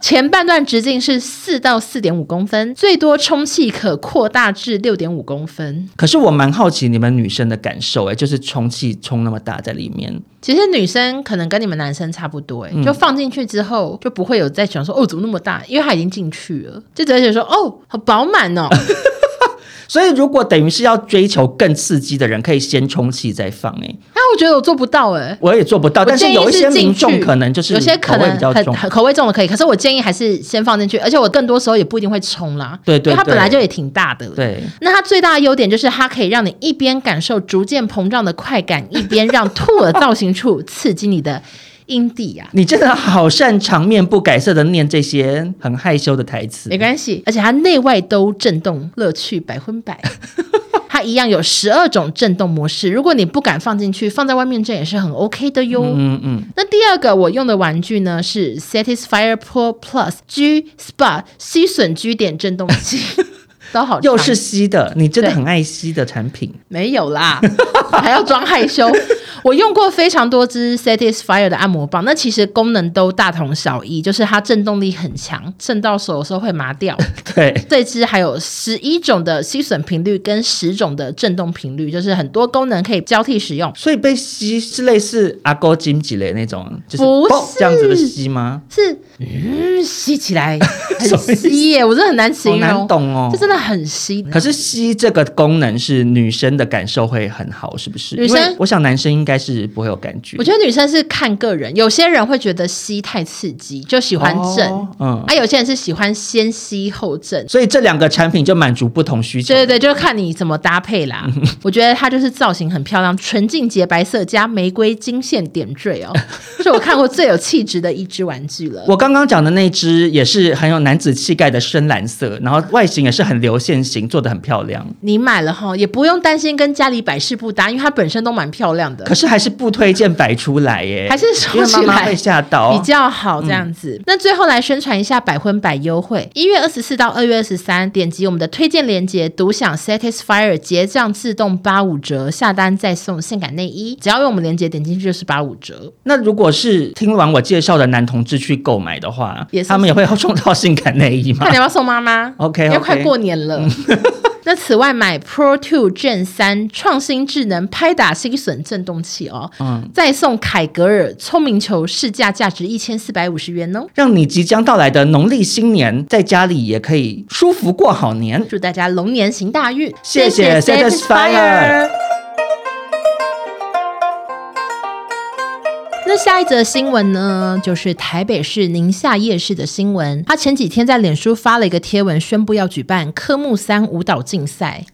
前半段直径是四到四点五公分，最多充气可扩大至六点五公分。可是我蛮好奇你们女生的感受、哎，就是充气充那么大在里面，其实女生可能跟你们男生差不多、嗯欸，就放进去之后就不会有再想说哦怎么那么大，因为它已经进去了，就直接觉得说哦好饱满 哦，所以如果等于是要追求更刺激的人，可以先充气再放、哎，啊我觉得我做不到哎、欸。我也做不到，我哦但建是议有一些进民去众可能就是有些可口味能比较很重。很口味重的可以，可是我建议还是先放进去，而且我更多时候也不一定会冲啦，对对因为它对本来就也挺大的了。对，那它最大的优点就是它可以让你一边感受逐渐膨胀的快感，一边让兔耳造型处刺激你的阴蒂啊。你真的好擅长面不改色的念这些很害羞的台词没。关系，而且它内外都震动，乐趣百分百。它一样有十二种震动模式，如果你不敢放进去，放在外面震也是很 OK 的哟。嗯嗯。那第二个我用的玩具呢是 Satisfier Pro Plus G Spot 吸吮 G 点震动器，都好长，又是吸的，你真的对很爱吸的产品。 没有啦， 还要装害羞。我用过非常多支 Satisfier 的按摩棒，那其实功能都大同小异，就是它震动力很强，震到手有时候会麻掉。对，这支还有十一种的吸吮频率跟十种的震动频率，就是很多功能可以交替使用。所以被吸是类似阿勾金吉雷那种，就是不嘣是这样子的吸吗？是，嗯，吸起来什很么意思吸耶，我真的很难好形难容，懂哦这。真的很吸。可是吸这个功能是女生的感受会很好，是不是？女生因为我想男生应该是不会有感觉。我觉得女生是看个人，有些人会觉得吸太刺激，就喜欢震，哦嗯，啊，有些人是喜欢先吸后震。所以这两个产品就满足不同需求。对对对，就是看你怎么搭配 啦。我觉得它就是造型很漂亮，纯净洁白色加玫瑰金线点缀哦，这是我看过最有气质的一支玩具了。我刚刚讲的那只也是很有男子气概的深蓝色，然后外形也是很流线型，做的很漂亮。你买了哈，也不用担心跟家里摆饰不搭，因为它本身都蛮漂亮的可，是还是不推荐摆出来耶，还是因收为妈起妈来会嗯吓到。比较好这样子。那最后来宣传一下百分百优惠，一月二十四到二月二十三，点击我们的推荐链接，独享 Satisfier 结账自动八五折，下单再送性感内衣，只要用我们链接点进去就是八五折。那如果是听完我介绍的男同志去购买的话也，是他们也会抽到性感内衣吗 看你？要不要送妈妈 OK，OK 嗯 因为快过年了。那那此外，买 Pro Two 正三创新智能拍打新损震动器哦，嗯，再送凯格尔聪明球，市价价值一千四百五十元哦。让你即将到来的农历新年在家里也可以舒服过好年。 祝大家龙年行大运！谢谢 Satisfyer。那下一则新闻呢，就是台北市宁夏夜市的新闻。他前几天在脸书发了一个贴文，宣布要举办科目三舞蹈竞赛。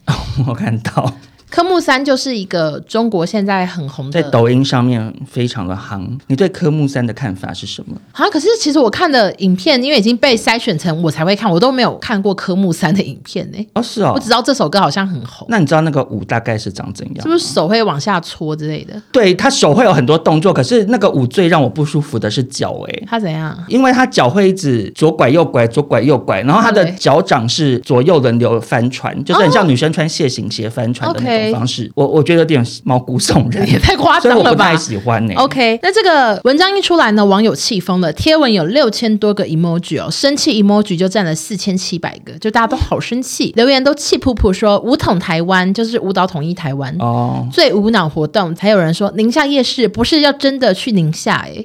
我看到科目三就是一个中国现在很红在的抖音上面非常的夯，你对科目三的看法是什么？啊，可是其实我看的影片，因为已经被筛选成我才会看，我都没有看过科目三的影片呢、哦，是哦我只，知道这首歌好像很红，那你知道那个舞大概是长怎样吗？是不是手会往下戳之类的？对他手会有很多动作，可是那个舞最让我不舒服的是脚哎、他怎样？因为他脚会一直左拐右拐，左拐右拐，然后他的对脚掌是左右轮流翻船，就是很像女生穿蟹型鞋翻船的那种 OK 方式。我我觉得有点毛骨悚 然，也太夸所以张我了不吧太！喜欢呢、 OK，那这个文章一出来呢，网友气疯了，贴文有六千多个 emoji 哦，生气 emoji 就占了四千七百个，就大家都好生气，留言都气噗噗说“武统台湾”就是舞蹈统一台湾。哦，最无脑活动，才有人说宁夏夜市不是要真的去宁夏哎、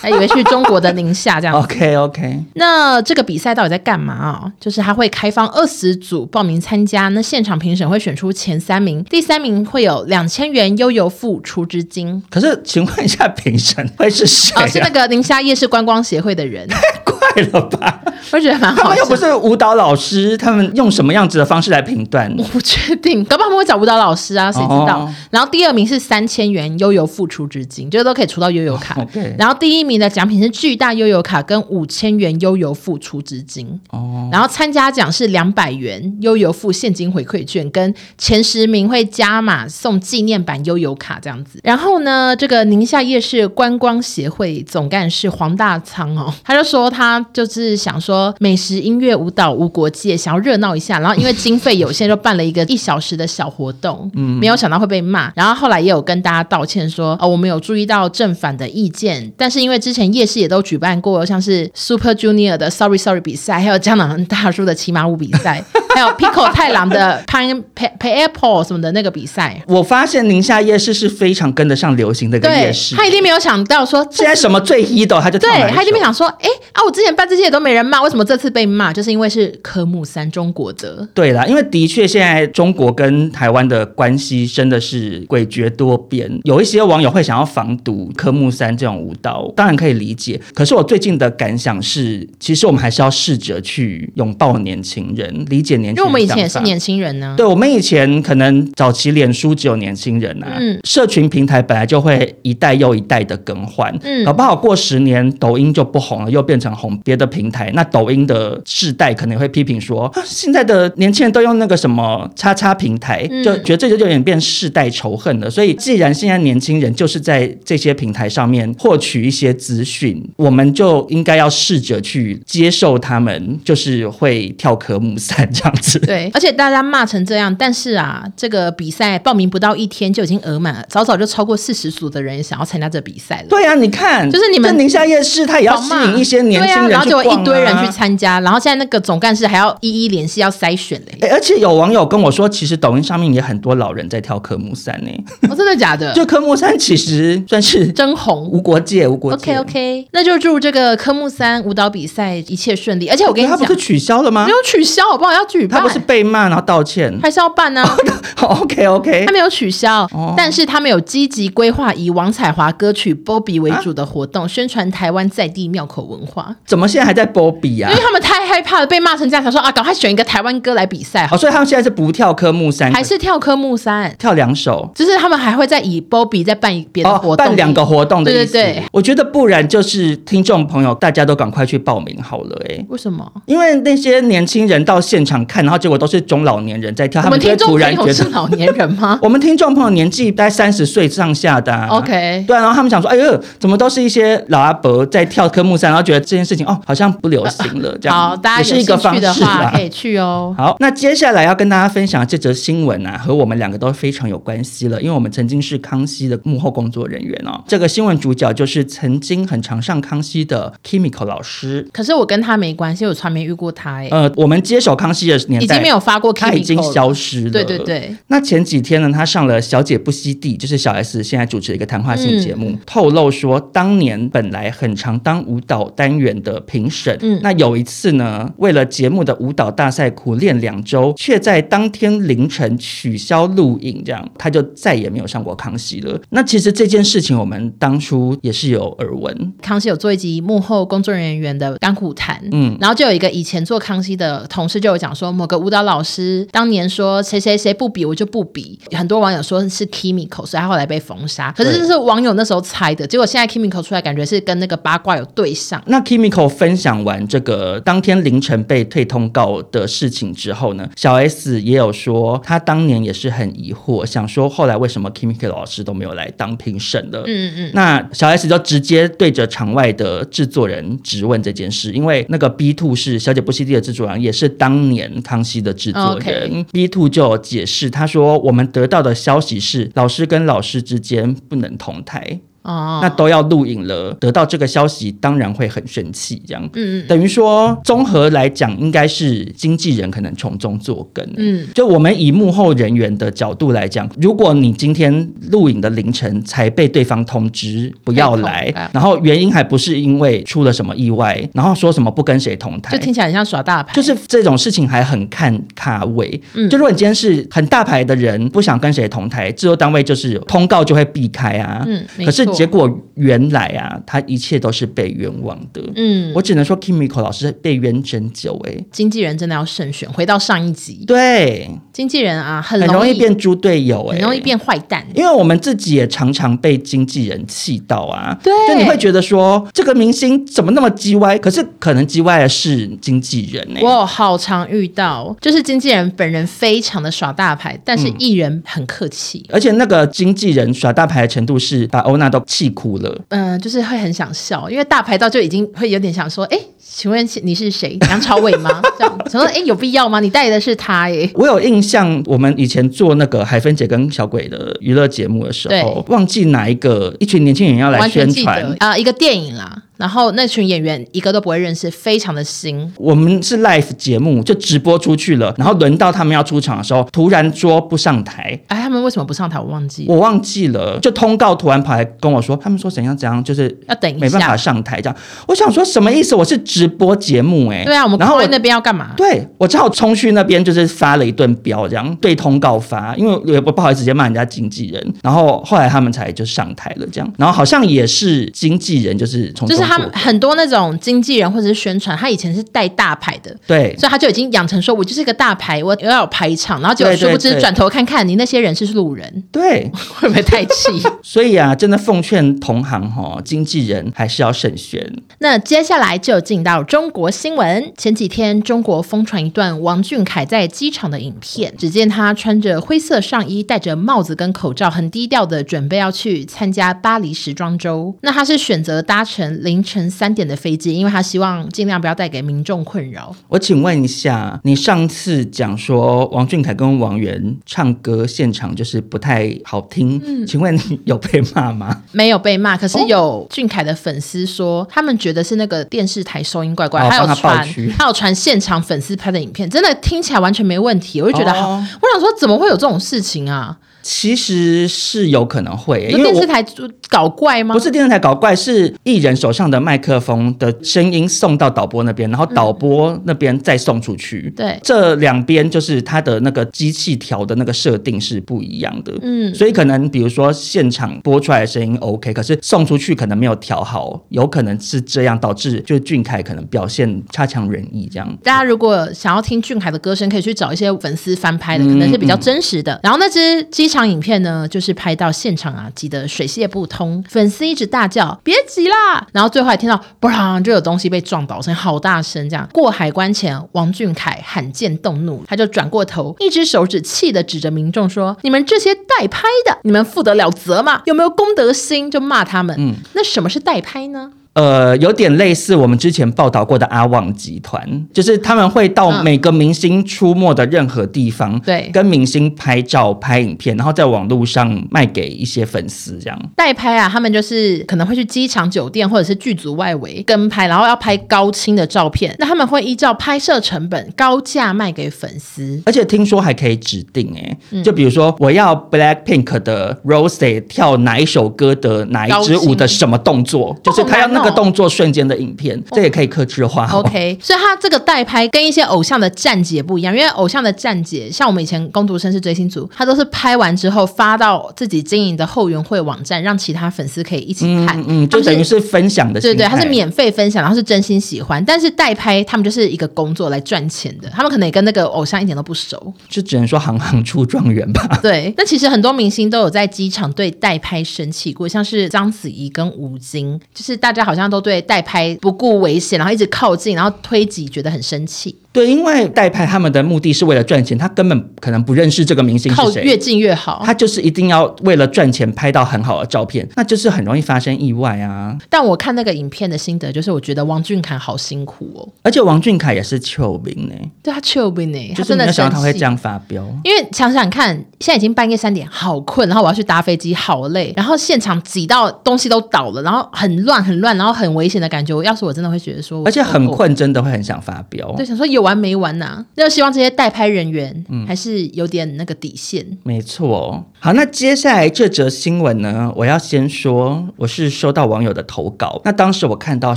还以为去中国的宁夏这样。 OK OK，那这个比赛到底在干嘛啊、就是它会开放二十组报名参加，那现场评审会选出前三名，第三名会有两千元悠游付储值金。可是请问一下评审会是 谁、啊？哦，是那个宁夏夜市观光协会的人，快了吧？我觉得蛮他好们又笑不。是舞蹈老师，他们用什么样子的方式来评断？我不确定，搞不好他们会找舞蹈老师啊，谁知道？哦然后第二名是三千元悠游付储值金，就是都可以储到悠游卡。哦 OK 然后第一名的奖品是巨大悠游卡跟五千元悠游付储值金。哦，然后参加奖是两百元悠游付现金回馈券，跟前十名会加码送纪念版悠游卡这样子。然后呢，这个宁夏夜市观光协会总干事黄大仓哦，他就说他就是想说美食、音乐、舞蹈无国界，想要热闹一下。然后因为经费有限，就办了一个一小时的小活动，嗯，没有想到会被骂。然后后来也有跟大家道歉说，哦，我们有注意到正反的意见，但是因为之前夜市也都举办过，像是 Super Junior 的 Sorry Sorry 比赛，还有江南大叔的骑马舞比赛，还有 Pico 太郎的 Pine Pine Apple 什么的那个比赛。我发现宁夏夜市是非常跟得上流行的一个对夜市，。他一定没有想到说这现在什么最 hit 的，他就对跳哪一他一定首没想说，哎啊，我之前办这些也都没人骂，为什么这次被骂？就是因为是科目三中国的，对啦，因为的确现在中国跟台湾的关系真的是诡谲多变，有一些网友会想要防堵科目三这种舞蹈，当然可以理解。可是我最近的感想是，其实我们还是要试着去拥抱年轻人，理解年轻人的想法。因为我们以前也是年轻人呢、对我们以前可能早期脸书只有年轻人啊，嗯社群平台本来就会一代又一代的更换，嗯搞不好过十年抖音就不红了，又变成红别的平台，那抖音的世代可能会批评说，啊、现在的年轻人都用那个什么叉叉平台，嗯就觉得这就有点变世代仇恨了。所以既然现在年轻人就是在这些平台上面获取一些资讯，我们就应该要试着去接受他们，就是会跳科目三这样子。对，而且大家骂成这样，但是啊，这个比赛报名不到一天就已经额满了，早早就超过四十组的人想要参加这比赛了。对啊，你看，就是你们这宁夏夜市，它也要狂吸骂引一些年轻人、去对啊，然后就有逛啊一堆人去参加，然后现在那个总干事还要一一联系，要筛选嘞、诶哎而且有网友跟我说，其实抖音上面也很多老人在跳科目三呢、哦，真的假的？哎就科目三其实算是真红。无国界，无国界。 OK OK，那就祝这个科目三舞蹈比赛一切顺利。而且我跟你他讲，不是取消了吗没？有取消，好不好？要举他办，不是被骂然后道歉。还是要办啊？ OK OK，他没有取消，哦但是他们有积极规划以王彩华歌曲《Bobby》为主的活啊动，宣传台湾在地庙口文化。怎么现在还在波比啊因为？他们太害怕了，被骂成这样，想说啊，赶快选一个台湾歌来比赛，好哦，所以他们现在是不跳科目三，还是跳科目三？跳两首。就是他们还会再以 Bobby 再办一别的活哦，动，办两个活动的对意对思。对，我觉得不然就是听众朋友，大家都赶快去报名好了、诶。为什么？因为那些年轻人到现场看，然后结果都是中老年人在跳，我他们们就会听众突朋然觉友是得，老年人吗 我们听众朋友年纪大概三十岁上下的、 啊、 ？OK，对啊，然后他们想说，哎呦，怎么都是一些老阿伯在跳科目三，然后觉得这件事情哦，好像不流行了，这样好，大也家有是一个兴方趣的式啊话啦可。以去 哦。好，那接下来要跟大家分享这则新闻啊，和我们两个都非常有关系了，因为我们曾经是康熙的幕后工作人员哦。这个新闻主角就是曾经很常上康熙的 Kimiko 老师，可是我跟他没关系，我从来没遇过他哎。呃，我们接手康熙的哦年代已经没有发过 Kimiko 他了，已经消失了。对对对。那前几天呢，他上了《小姐不惜地》，就是小 S 现在主持的一个谈话性节目，透露说，当年本来很常当舞蹈单元的评审，嗯那有一次呢，为了节目的舞蹈大赛苦练两周，却在当天凌晨取消录影，这样他就再也没有上过康熙了。那其实这件事情，我们当初也是有耳闻，康熙有做一集幕后工作人员的甘苦谈，嗯嗯，然后就有一个以前做康熙的同事就有讲说，某个舞蹈老师当年说谁谁谁不比我就不比，很多网友说是 Kimiko，所以他后来被封杀。可是对这是网友那时候猜的，结果现在 Kimiko 出来，感觉是跟那个八卦有对上。那 Kimiko 分享完这个当天凌晨被退通告的事情之后呢，小 S 也有说，她当年也是很疑惑，想说后来为什么 Kimiko 老师都没有来当评审了。嗯嗯，那小 S 就直接对着场外的制作人质问这件事，因为那个 B Two 是《小姐不熙娣》的制作人，也是当年康熙的制作哦人。B Two 就有解释，他说我们得到的消息是，老师跟老师之间不能同台，哦，那都要录影了。得到这个消息，当然会很生气，这样。嗯嗯等于说，综合来讲，应该是经纪人可能从中作梗。嗯，就我们以幕后人员的角度来讲，如果你今天录影的凌晨才被对方通知不要来被通知，啊然后原因还不是因为出了什么意外，然后说什么不跟谁同台就，听起来很像耍大牌，就是这种事情还很看咖位。嗯就如果你今天是很大牌的人，不想跟谁同台，制作单位就是通告就会避开啊。嗯没可是错结果原来啊，他一切都是被冤枉的。嗯，我只能说 Kimiko 老师被冤真久哎、经纪人真的要慎选。回到上一集，对，经纪人啊，很很容易易变猪队友哎、很容易。变坏蛋。因为我们自己也常常被经纪人气到啊，对就你会觉得说这个明星怎么那么叽歪，可是可能叽歪的是经纪人哎、我有好常遇到，就是经纪人本人非常的耍大牌，但是嗯艺人很客气，而且那个经纪人耍大牌的程度是把欧娜都气哭了，嗯、就是会很想笑，因为大牌到就已经会有点想说，哎、请问你是谁？梁朝伟吗？这样想说，哎、有必要吗？你带的是他耶、我有印象，我们以前做那个海芬姐跟小鬼的娱乐节目的时候对，忘记哪一个一群年轻人要来完全宣记得传，啊、一个电影啦，然后那群演员一个都不会认识，非常的新。我们是 live 节目，就直播出去了，然后轮到他们要出场的时候，突然说不上台，哎，他们为什么不上台？我忘记了。我忘记了，就通告突然跑来跟我说，他们说怎样怎样，就是要等一下没办法上台这样。我想说什么意思？我是直播节目哎、对啊，我们然后空我位那边要干嘛？对我只好冲去那边，就是发了一顿飙，这样对通告发，因为我也不不好意思直接骂人家经纪人。然后后来他们才就上台了，这样。然后好像也是经纪人，就是从就是中他啊作们很多那种经纪人或者是宣传，他以前是带大牌的， 对所以他就已经养成说，我就是一个大牌，我要有排场，然后结果对对殊不知对转头看看你那些人是路人，对，会不会太 气？所以啊，真的奉劝同行哈、经纪人还是要慎选。那接下来就进到中国新闻。前几天，中国疯传一段王俊凯在机场的影片，只见他穿着灰色上衣，戴着帽子跟口罩，很低调的准备要去参加巴黎时装周。那他是选择搭乘凌晨三点的飞机，因为他希望尽量不要带给民众困扰。我请问一下，你上次讲说王俊凯跟王源唱歌现场就是不太好听，嗯请问你有被骂吗？没有被骂，可是哦有俊凯的粉丝说，他们觉得是那个电视台收音怪怪，哦还有帮他爆传区，还有传现场粉丝拍的影片，真的听起来完全没问题，我就觉得好，哦我想说怎么会有这种事情啊？其实是有可能会，就因为电我视台就搞怪吗？不是电视台搞怪，是艺人手上的麦克风的声音送到导播那边，然后导播那边再送出去。嗯对这两边就是它的那个机器调的那个设定是不一样的。嗯所以可能比如说现场播出来的声音 OK，可是送出去可能没有调好，有可能是这样导致就俊凯可能表现差强人意这样。大家如果想要听俊凯的歌声，可以去找一些粉丝翻拍的，可能是比较真实的。然后那支机场影片呢，就是拍到现场啊，急得水泄不通，粉丝一直大叫“别急啦”，然后最后还听到“砰”就有东西被撞倒声，好大声！这样过海关前，王俊凯罕见动怒，他就转过头，一只手指气得指着民众说：“你们这些代拍的，你们负得了责吗？有没有公德心？”就骂他们。那什么是代拍呢？呃，有点类似我们之前报道过的阿旺集团，就是他们会到嗯每个明星出没的任何地方，对跟明星拍照、拍影片，然后在网络上卖给一些粉丝，这样。代拍啊，他们就是可能会去机场、酒店或者是剧组外围跟拍，然后要拍高清的照片。那他们会依照拍摄成本高价卖给粉丝。而且听说还可以指定、欸，嗯就比如说我要 Blackpink 的 Rose 跳哪一首歌的哪一支舞的什么动哦作，就是他要那个动作瞬间的影片，这也可以克制化、哦。 OK，所以他这个代拍跟一些偶像的站姐不一样，因为偶像的站姐，像我们以前工读生是追星族，他都是拍完之后发到自己经营的后援会网站，让其他粉丝可以一起看。嗯嗯，他就们等于是分享的对心对，态，他是免费分享，然后是真心喜欢。但是代拍他们就是一个工作来赚钱的，他们可能也跟那个偶像一点都不熟。就只能说行行出状元吧。对，那其实很多明星都有在机场对代拍生气过，像是章子怡跟吴京，就是大家好像都对代拍不顾危险，然后一直靠近，然后推挤，觉得很生气，对，因为代拍他们的目的是为了赚钱，他根本可能不认识这个明星靠是越谁。近越好。他就是一定要为了赚钱拍到很好的照片，那就是很容易发生意外啊！但我看那个影片的心得就是，我觉得王俊凯好辛苦哦，而且王俊凯也是糗名呢、对他 chill 不呢，就哎他是真没的有想生到他会这气。样发飙。因为想想看，现在已经半夜三点，好困，然后我要去搭飞机，好累，然后现场挤到东西都倒了，然后很乱很乱，然后很危险的感觉。我要是我真的会觉得说我，而且很我困，真的会很想发飙。对，想说有完没完呐、那就希望这些代拍人员嗯还是有点那个底线。没错。好，那接下来这则新闻呢，我要先说，我是收到网友的投稿。那当时我看到的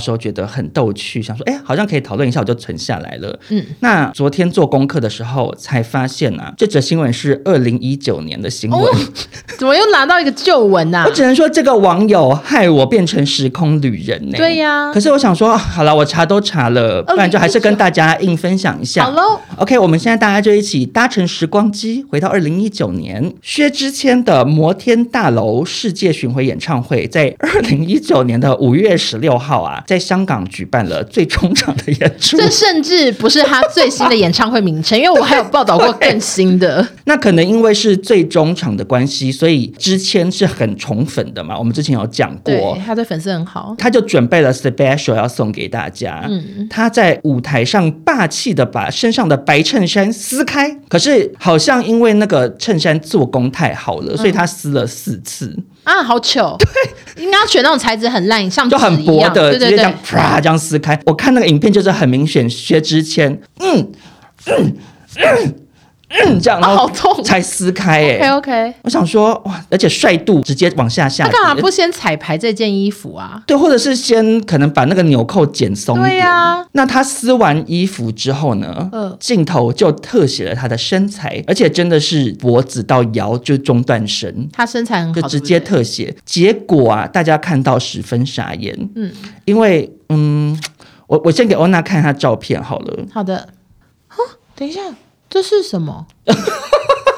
时候觉得很逗趣，想说，哎，好像可以讨论一下，我就存下来了。嗯，那昨天做功课的时候才发现啊，这则新闻是二零一九年的新闻。哦 怎么又拿到一个旧闻啊呐、我只能说，这个网友害我变成时空旅人呢、对呀哦可是我想说，啊好了，我查都查了，不然就还是跟大家硬分享一下。好喽。 OK，我们现在大家就一起搭乘时光机，回到二零一九年，薛之谦的摩天大楼世界巡回演唱会，在二零一九年的五月十六号啊，在香港举办了最终场的演出。这甚至不是他最新的演唱会名 称，因为我还有报道过更新的。那可能因为是最终场的关系，所以之前是很宠粉的嘛，我们之前有讲对过。，他对粉丝很好。他就准备了 special 要送给大家。嗯，他在舞台上霸气的把身上的白衬衫撕开，可是好像因为那个衬衫做工太好嗯了，所以他撕了四次，啊，好糗！对，应该要选那种材质很烂，像就很纸哦一薄样的，直对接这对对样，啪这样撕开。我看那个影片就是很明显，薛之谦，嗯嗯嗯嗯，这样，然啊后好痛才撕开、欸， OK OK，我想说哇，而且帅度直接往下下他跌，干嘛不先彩排这件衣服啊？对，或者是先可能把那个纽扣剪松一点。对呀那他撕完衣服之后呢？嗯镜头就特写了他的身材，而且真的是脖子到腰就中断绳。他身材很好，就直接对不对特写，结果啊，大家看到十分傻眼。嗯，因为嗯，我我先给欧娜看她照片好了，好的。啊，等一下，这是什么？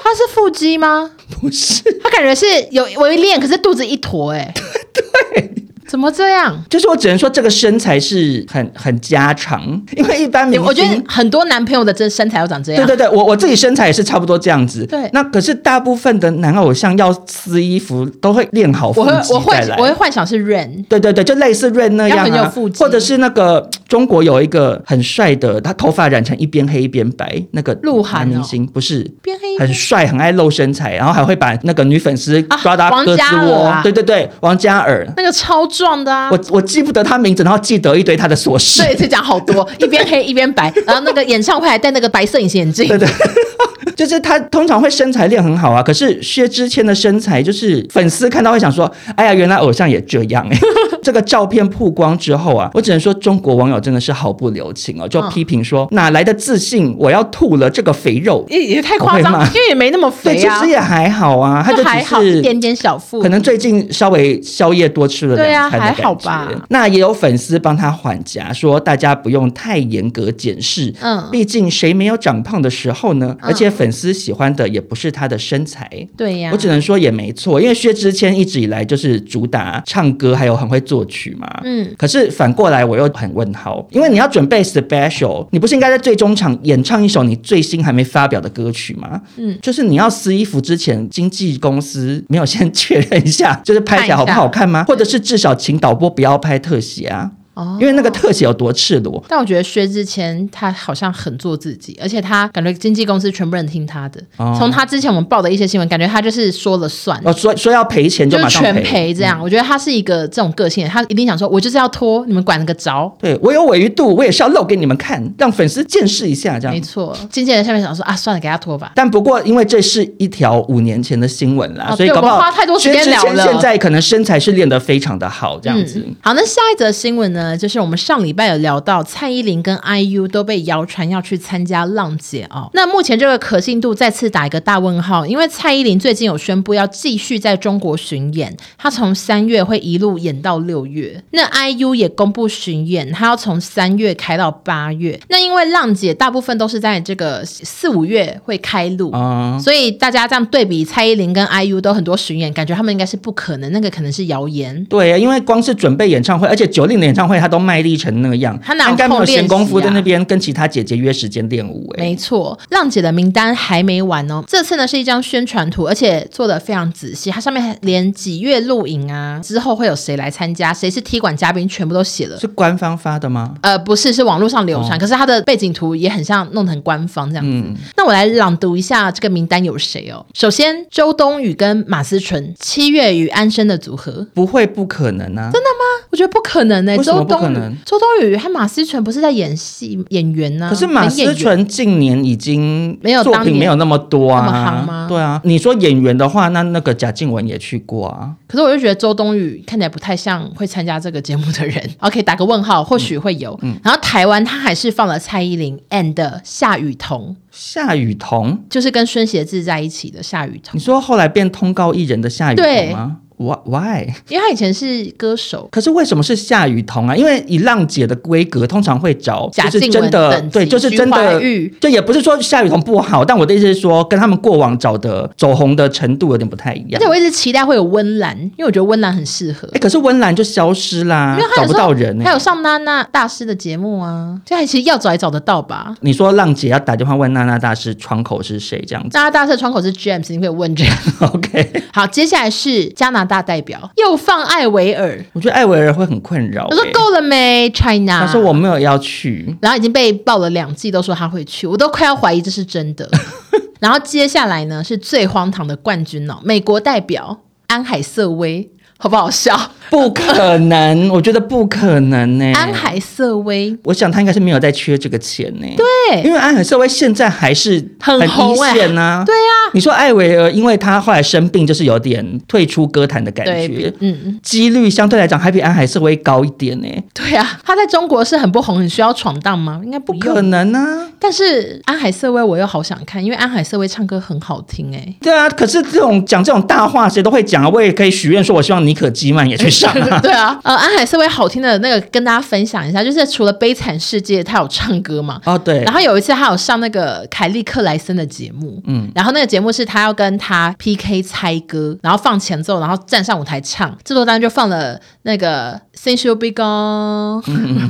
他是腹肌吗？不是，他感觉是有微练，可是肚子一坨、欸，哎，对，怎么这样？ 就是我只能说这个身材是很很家常，因为一般明星嗯我觉得很多男朋友的真身材都长这样，对对对，我我自己身材也是差不多这样子。对那可是大部分的男偶像要撕衣服都会练好腹我会肌我再会来。我会幻想是 Rain，对对对，就类似润那样、啊，要很有腹肌或者是那个中国有一个很帅的，他头发染成一边黑一边白，那个鹿晗哦男明星不是变黑很帅，很爱露身材，然后还会把那个女粉丝啊抓到王胳嘉肢尔窝。啊对对对，王嘉尔，那个超壮的啊。我我记不得他名字，然后记得一堆他的琐事。 对，这讲好多，一边黑一边白，然后那个演唱会还戴那个白色隐形眼镜，对对， 就是他通常会身材练很好啊，可是薛之谦的身材就是粉丝看到会想说，哎呀，原来偶像也这样 哎、这个照片曝光之后啊，我只能说中国网友真的是毫不留情哦，就嗯批评说、哪来的自信，我要吐了这个肥肉。也也太夸张我会骂，因为也没那么对，肥其啊实，也还好啊，他就还好一只是点点小腹，可能最近稍微宵夜多吃了对两啊餐的还感觉。好吧那也有粉丝帮他缓颊，说大家不用太严格检视，嗯毕竟谁没有长胖的时候呢？而且粉粉丝喜欢的也不是她的身材。对呀、我只能说也没错，因为薛之谦一直以来就是主打唱歌，还有很会作曲嘛。嗯，可是反过来我又很问号，因为你要准备 special，你不是应该在最终场演唱一首你最新还没发表的歌曲吗？嗯，就是你要撕衣服之前，经纪公司没有先确认一下，就是拍起来好不好看吗？或者是至少请导播不要拍特写啊，哦因为那个特写有多赤裸。但我觉得薛之谦他好像很做自己，而且他感觉经纪公司全部人听他的。哦从他之前我们报的一些新闻，感觉他就是说了算，哦，说说要赔嗯钱就嗯就马是上全赔这样。我觉得他是一个这种个性的，他一定想说，我就是要拖，你们管个着。对我有维度，我也是要露给你们看，让粉丝见识一下这没样。错，经纪人下面想说啊，算了，给他拖吧。但不过，因为这是一条五年前的新闻啦，哦所以对搞不我好们花太多时薛间之聊谦了现在可能身材是练得非常的好，这样子。嗯。好，那下一则新闻呢，就是我们上礼拜有聊到蔡依林跟 IU 都被谣传要去参加浪姐哦。那目前这个可信度再次打一个大问号，因为蔡依林最近有宣布要继续在中国巡演，她从三月会一路演到六月。那 IU 也公布巡演，她要从三月开到八月。那因为浪姐大部分都是在这个四五月会开录，啊、所以大家这样对比蔡依林跟 IU 都很多巡演，感觉他们应该是不可能，那个可能是谣言。对啊，因为光是准备演唱会，而且九令的演唱会他都卖力成那个样，他哪有应该没有空练闲工夫习啊在那边跟其他姐姐约时间练舞、欸。没错，浪姐的名单还没完哦。这次呢是一张宣传图，而且做的非常仔细，它上面还连几月录影啊，之后会有谁来参加，谁是踢馆嘉宾，全部都写了。是官方发的吗？呃，不是，是网络上流传，哦嗯可是它的背景图也很像弄得很官方这样子。那我来朗读一下这个名单有谁哦。首先，周冬雨跟马思纯，七月与安生的组合，不会，不可能啊！真的我觉得不可能呢、为什周么不冬可雨能，周冬雨和马思纯不是在演戏演员呢、可是马很演思员纯近年已经没有作当品年没有那么多啊，那么夯吗对啊，你说演员的话，那那个贾静雯也去过啊，可是我就觉得周冬雨看起来不太像会参加这个节目的人。OK，打个 问号，或许会有。嗯然后台湾他还是放了蔡依林 and 夏雨桐，夏雨桐。就是跟孙协志在一起的夏雨你桐，说后来变通告艺人的夏雨对桐吗？Why-？Why？因为他以前是歌手。可是为什么是夏雨桐啊？因为以浪姐的规格，通常会找贾就是静真雯的等级对，就是真徐怀的钰，就也不是说夏雨桐不好，但我的意思是说，跟他们过往找的走红的程度有点不太一而样且。我一直期待会有温岚，因为我觉得温岚很适合哎、。可是温岚就消失啦因为，她找有不时候到人、欸。还有上娜娜大师的节目啊，这还其实要找也找得到吧。你说浪姐要打电话问娜娜大师窗口是谁这样子 娜娜大师的窗口是 James，你可以问 James。 ？OK，好，接下来是加拿大代表，又放艾维尔。我觉得艾维尔会很困扰、欸。他说够了没，China？他说我没有要去，然后已经被爆了两季，都说他会去，我都快要怀疑这是 真的。然后接下来呢是最荒唐的冠军哦，美国代表安海瑟薇，好不好笑？不可能，我觉得不可能呢、欸安海瑟薇，我想他应该是没有在缺这个钱呢、对因为安海瑟薇现在还是很一红欸线呐、对呀、你说艾维尔，因为他后来生病，就是有点退出歌坛的感对，觉比，嗯，嗯几率相对来讲还比安海瑟薇高一点呢、对啊，他在中国是很不红，很需要闯荡吗？应该不不可用。能啊！但是安海瑟薇我又好想看，因为安海瑟薇唱歌很好听哎、。对啊，可是这种讲这种大话，谁都会讲啊。我也可以许愿说，我希望妮可基曼也去上、啊 对啊，呃，安海瑟薇好听的那个跟大家分享一下，就是除了《悲惨世界》，她有唱歌嘛，哦，对然，后有一次，他有上那个凯利克莱森的节目，嗯嗯，然后那个节目是他要跟他 PK 猜歌，然后放前奏，然后站上舞台唱。制作单位就放了那个《Since You Be Gone》，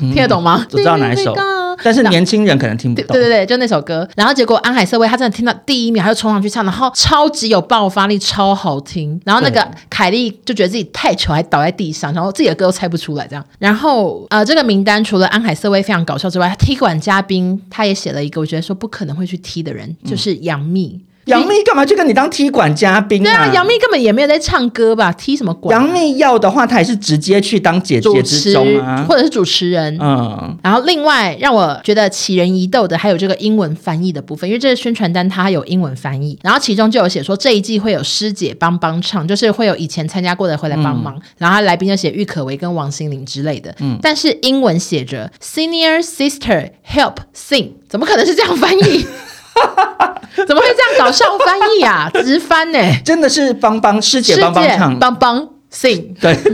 听得懂吗？嗯我知道哪一 Since You 首 Be Gone，但是年轻人可能听不对懂。对对对，就那首歌。然后结果安海瑟薇她真的听到第一秒，她就冲上去唱，然后超级有爆发力，超好听。然后那个对凯莉就觉得自己太丑，还倒在地上，然后自己的歌都猜不出来这样。然后呃，这个名单除了安海瑟薇非常搞笑之外，踢馆嘉宾他也写了一个，我觉得说不可能会去踢的人，就是杨幂。杨幂干嘛去跟你当踢馆嘉宾对啊，啊？杨幂根本也没有在唱歌吧？踢什么馆啊？杨幂要的话，她也是直接去当姐主姐之持中啊。或者是主持人，嗯，然后另外让我觉得起人疑窦的还有这个英文翻译的部分，因为这个宣传单它有英文翻译，然后其中就有写说这一季会有师姐帮帮唱，就是会有以前参加过的回来帮忙，嗯然后他来宾就写郁可唯跟王心凌之类的，但是英文写着 Senior Sister Help Sing，怎么可能是这样翻 译？怎么会这样搞笑翻译啊？直翻呢、真的是帮帮师姐帮帮唱，帮帮 sing。 对对，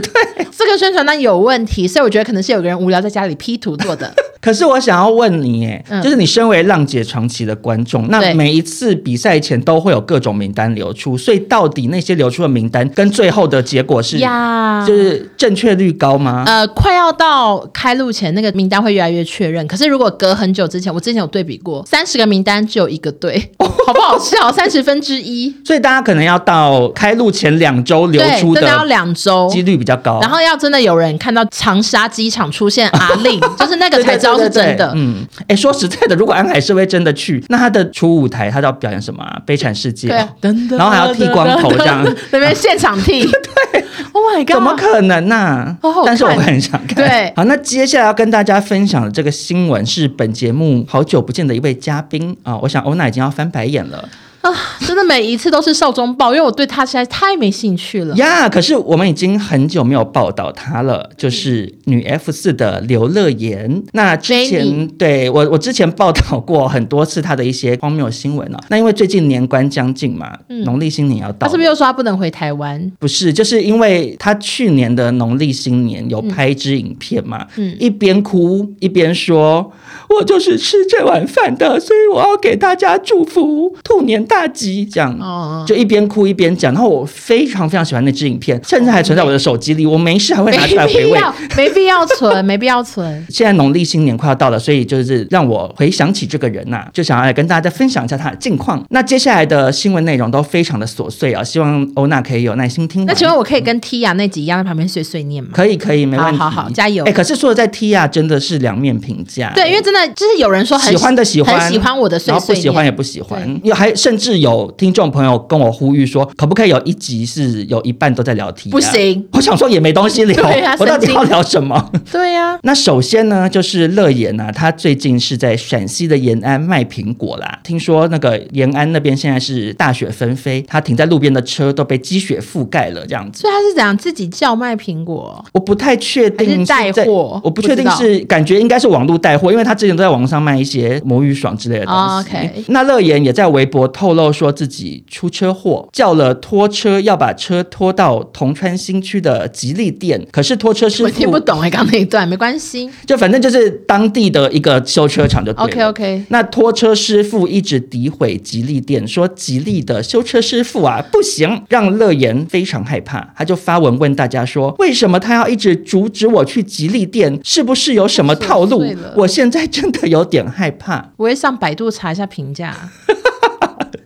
这个宣传单有问题，所以我觉得可能是有个人无聊在家里 P 图做的。可是我想要问你，哎、嗯就是你身为浪姐长期的观众，对那每一次比赛前都会有各种名单流出，所以到底那些流出的名单跟最后的结果 是，呀就是正确率高吗？呃，快要到开录前，那个名单会越来越确认。可是如果隔很久之前，我之前有对比过，三十个名单只有一个对，哦好不好笑？三十分之一，所以大家可能要到开录前两周流对，出真的要的两周。几率比较高。然后要真的有人看到长沙机场出现阿 令，就是那个对才知道是真对对对的。对嗯，哎，说实在的，如果安海社会真的去，那他的初舞台他都要表演什么、啊？悲惨世界。哦对，等等然后还要剃光头这样 那边现场 剃。对，Oh my god！怎么可能呐、好好看但是我很想看。对好，那接下来要跟大家分享的这个新闻是本节目好久不见的一位嘉宾啊、我想欧娜已经要翻白眼了啊？真的每一次都是少中报，因为我对他实在太没兴趣了。呀。可是我们已经很久没有报道她了，就是女 F 四的刘乐言。那之前 Jenny 对我我之前报道过很多次她的一些荒谬新闻啊。那因为最近年关将近嘛，农历新年要到他了，嗯是不是又说他不能回台湾？不是，就是因为他去年的农历新年有拍一支影片嘛，嗯一边哭一边说：“我就是吃这碗饭的，所以我要给大家祝福，兔年大吉。”这样，哦就一边哭一边讲。然后我非常非常喜欢那支影片，甚至还存在我的手机里，我没事还会拿出来没回必味。要， 没必要存，没必 要存。现在农历新年快要到了，所以就是让我回想起这个人呐、就想要来跟大家分享一下他的近况。那接下来的新闻内容都非常的琐碎啊，希望欧娜可以有耐心听完。那请问我可以跟 Tia 那集一样在旁边碎碎念吗？可以可以，没问题。好好好加油哎、可是说的在 Tia 真的是两面评价。哎对，因为真的就是有人说很喜欢的喜欢，很喜欢我的碎然后不碎喜欢也念。不喜欢。有还甚至有听众朋友跟我呼吁说，可不可以有一集是有一半都在聊 Tia？不行，我想说也没东西聊， 对啊 我到神底经要聊什么？对啊呀、那首先呢，就是乐言啊，他最近是在陕西的延安卖苹果啦。听说那个延安那边现在是大雪纷飞，他停在路边的车都被积雪覆盖了，这样子。所以他是讲自己叫卖苹果，我不太确定还是在带货我不确定不知是感觉应该是网络带货，因为他之前都在网上卖一些魔芋爽之类的东西。哦，OK 那乐言也在微博透露说自己出车祸，叫了拖车要把车拖到铜川新区的吉利店，可是拖车师我听不傅懂哎、刚那一段没关系。就反正就是当地的一个修车厂就对了。 OK OK，那拖车师傅一直诋毁吉利店，说吉利的修车师傅啊不行，让乐言非常害怕，他就发文问大家说，为什么他要一直阻止我去吉利店？是不是有什么套太琐路碎了？我现在真的有点害怕，我会上百度查一下评价。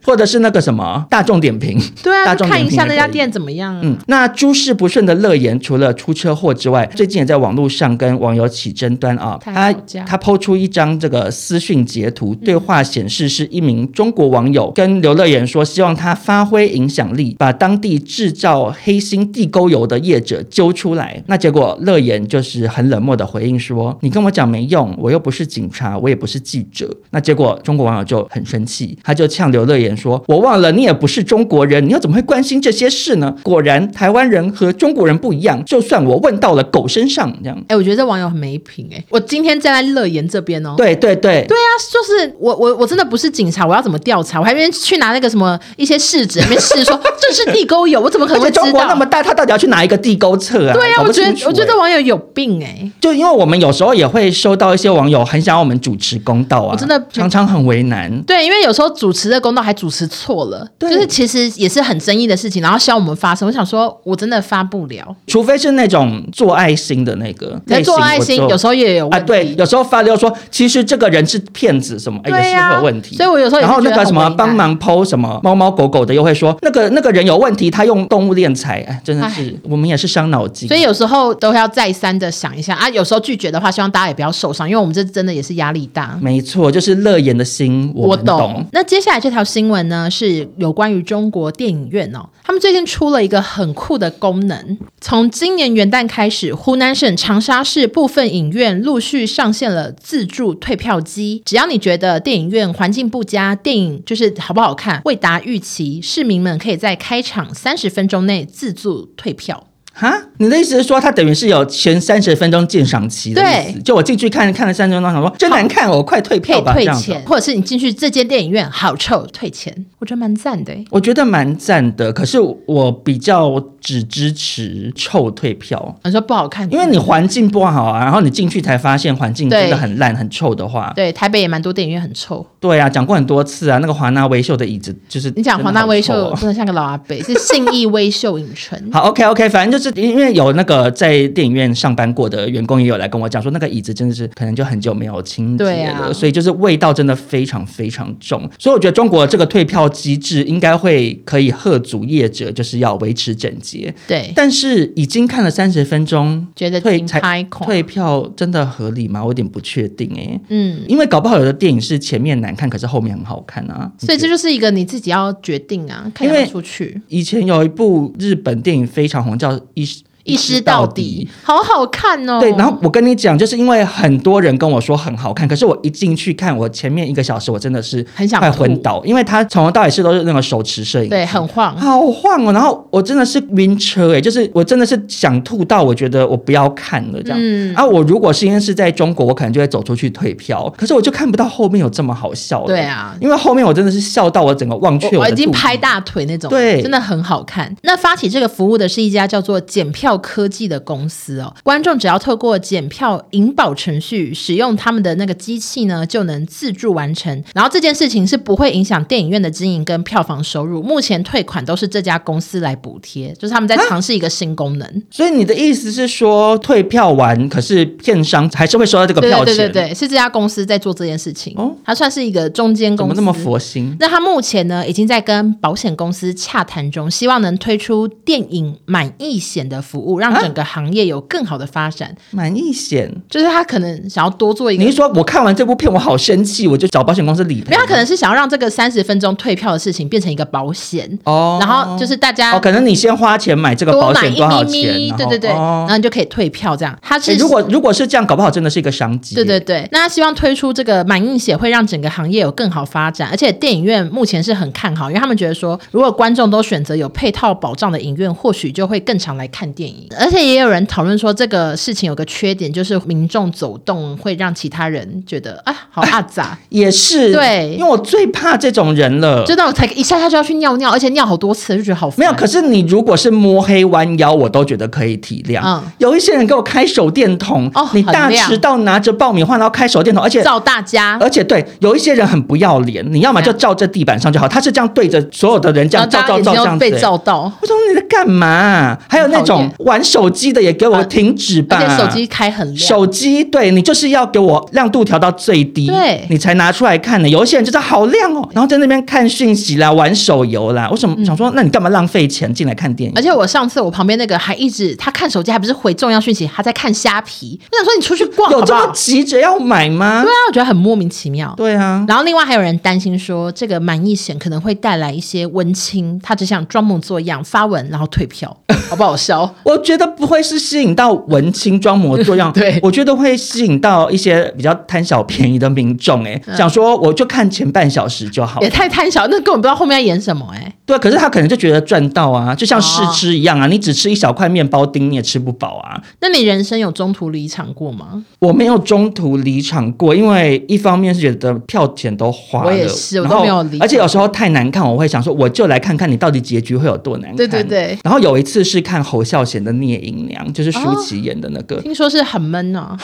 或者是那个什么大众点评。对啊，大就众看一点评下也那可家以店怎么样啊、嗯，那诸事不顺的乐言，除了出车祸之外，最近也在网络上跟网友起争端啊。太他好架他抛出一张这个私讯截图，对话显示是一名中国网友跟刘乐言说，希望他发挥影响力，把当地制造黑心地沟油的业者揪出来。那结果乐言就是很冷漠的回应说：“你跟我讲没用，我又不是警察，我也不是记者。”那结果中国网友就很生气，他就呛刘乐言说：“我忘了你也不是中国人，你又怎么会关心这些事呢？果然台湾人和中国人不一样，就算我问到了狗身上，这样。”哎、我觉得这网友很没品哎、我今天站在乐言这边哦、对对对，对啊，就是我我我真的不是警察，我要怎么调查？我还没去拿那个什么一些试纸，那边试说这是地沟油，我怎么可而能且会中 知国那么道？大，他到底要去哪一个地沟测啊？对啊，搞我不觉清得楚我觉得欸这网友有病哎、就因为我们有时候也会收到一些网友很想要我们主持公道啊，我真的常常很为难。对，因为有时候主持的公道还主持错了，就对是其实也是很争议的事情，然后希望我们发声。我想说，我真的发不了。除非是那种做爱心的那个可类型，是做爱心我就有时候也有啊，问题，对，有时候发流说其实这个人是骗子什么，哎、对也是呀会有问题。所以我有时候也然是后那觉得个什很么为难帮忙剖什么猫猫狗狗的，又会说那个那个人有问题，他用动物敛财，哎，真的是我们也是伤脑筋。啊所以有时候都要再三的想一下啊。有时候拒绝的话，希望大家也不要受伤，因为我们这真的也是压力大。没错，就是乐言的心，我们懂。那接下来这条新闻呢，是有关于中国电影院哦，他们最近出了一个很酷的功能。从今年元旦开始，湖南省长沙市部分影院陆续上线了自助退票机。只要你觉得电影院环境不佳，电影就是好不好看未达预期，市民们可以在开场三十分钟内自助退票。哈，你的意思是说，它等于是有前三十分钟鉴赏期的意思？对就我进去看看了三十分钟，想说真难看，我快退可以票吧，这退样子钱，。或者是你进去这间电影院好臭，退钱，我觉得蛮赞的欸、我觉得蛮赞的，可是我比较只支持臭退票，你说不好看，因为你环境不好啊，然后你进去才发现环境真的很烂、很臭的话，对台北也蛮多电影院很臭。对啊，讲过很多次啊，那个华纳威秀的椅子就是你讲真的黄大好威臭秀哦真的像个老阿伯，是信义威秀影城。好，OK OK，反正就是因为有那个在电影院上班过的员工也有来跟我讲说，那个椅子真的是可能就很久没有清洁对了，啊所以就是味道真的非常非常重。所以我觉得中国这个退票机制应该会可以贺阻业者，就是要维持整洁。对，但是已经看了三十分钟，觉得退挺才开口。退票真的合理吗？我有点不确定哎、嗯，因为搞不好有的电影是前面难看，可是后面很好看啊。所以这就是一个你自己要决定啊，看因要为不要出去。以前有一部日本电影非常红，叫《一一尸尸到底，好好看哦。对，然后我跟你讲，就是因为很多人跟我说很好看，可是我一进去看，我前面一个小时我真的是很想快吐昏倒，因为他从头到尾是都是那个手持摄影机，对很晃，好晃哦，然后我真的是晕车诶、欸就是我真的是想吐到，我觉得我不要看了这样。嗯啊，我如果是因为是在中国，我可能就会走出去退票，可是我就看不到后面有这么好笑了。对啊因为后面我真的是笑到我整个忘却我的已经肚子拍大腿那种，对真的很好看。那发起这个服务的是一家叫做检票科技的公司哦，观众只要透过检票引保程序，使用他们的那个机器呢，就能自助完成。然后这件事情是不会影响电影院的经营跟票房收入，目前退款都是这家公司来补贴，就是他们在尝试一个新功能。所以你的意思是说，退票完，可是片商还是会收到这个对票对钱？对对对，是这家公司在做这件事情，哦它算是一个中间怎公么司。那么佛心？那他目前呢，已经在跟保险公司洽谈中，希望能推出电影满意险的服务，让啊整个行业有更好的发展。满意险？就是他可能想要多做一个你是，说我看完这部片，我好生气，我就找保险公司理赔？没有，他可能是想要让这个三十分钟退票的事情变成一个保险，哦，然后就是大家哦，可能你先花钱买这个多保买险一多少咪钱？咪，然后对对对，然哦后你就可以退票这样。他是诶如果如果是这样，搞不好真的是一个商机。对对对，那他希望推出这个满意险会让整个行业有更好发展，而且电影院目前是很看好，因为他们觉得说，如果观众都选择有配套保障的影院，或许就会更常来看电影。而且也有人讨论说，这个事情有个缺点，就是民众走动会让其他人觉得啊，好阿 杂，也是对因为我最怕这种人了。就那种才一下下就要去尿尿，而且尿好多次，就觉得好烦呃没有，可是你如果是摸黑弯腰，我都觉得可以体谅。嗯有一些人给我开手电筒，哦你很大亮迟到拿着爆米花，然后开手电筒，而且照大家。而且对，有一些人很不要脸，你要么就照这地板上就好，他是这样对着所有的人这啊然样后照照大家眼照睛这要样子、被照到，我说你在干嘛、还有那很讨种厌玩手机的也给我啊停止吧。而且手机开很亮，手机对你就是要给我亮度调到最低，对你才拿出来看的。有一些人就是好亮哦，然后在那边看讯息啦、玩手游啦。我什么、想说，那你干嘛浪费钱进来看电影？嗯而且我上次我旁边那个还一直他看手机，还不是回重要讯息，他在看虾皮。我想说你出去逛好有不这好么？急着要买吗？对啊，我觉得很莫名其妙。对啊，然后另外还有人担心说，这个满意险可能会带来一些温情，他只想装模作样发文，然后退票， 好不好笑？我觉得不会是吸引到文青装模作样， 对我觉得会吸引到一些比较贪小便宜的民众、欸，想说我就看前半小时就好嗯也。太贪小，那根本不知道后面要演什么哎、对，可是他可能就觉得赚到啊，就像哦试吃一样啊，你只吃一小块面包丁你也吃不饱啊。那你人生有中途离场过吗？我没有中途离场过，因为一方面是觉得票钱都花了，我也是我都然后没有离场而且有时候太难看，我会想说，我就来看看你到底结局会有多难看。对对对。然后有一次是看侯孝贤的《聂隐娘》，就是舒淇演的那个，听说是很闷啊呢、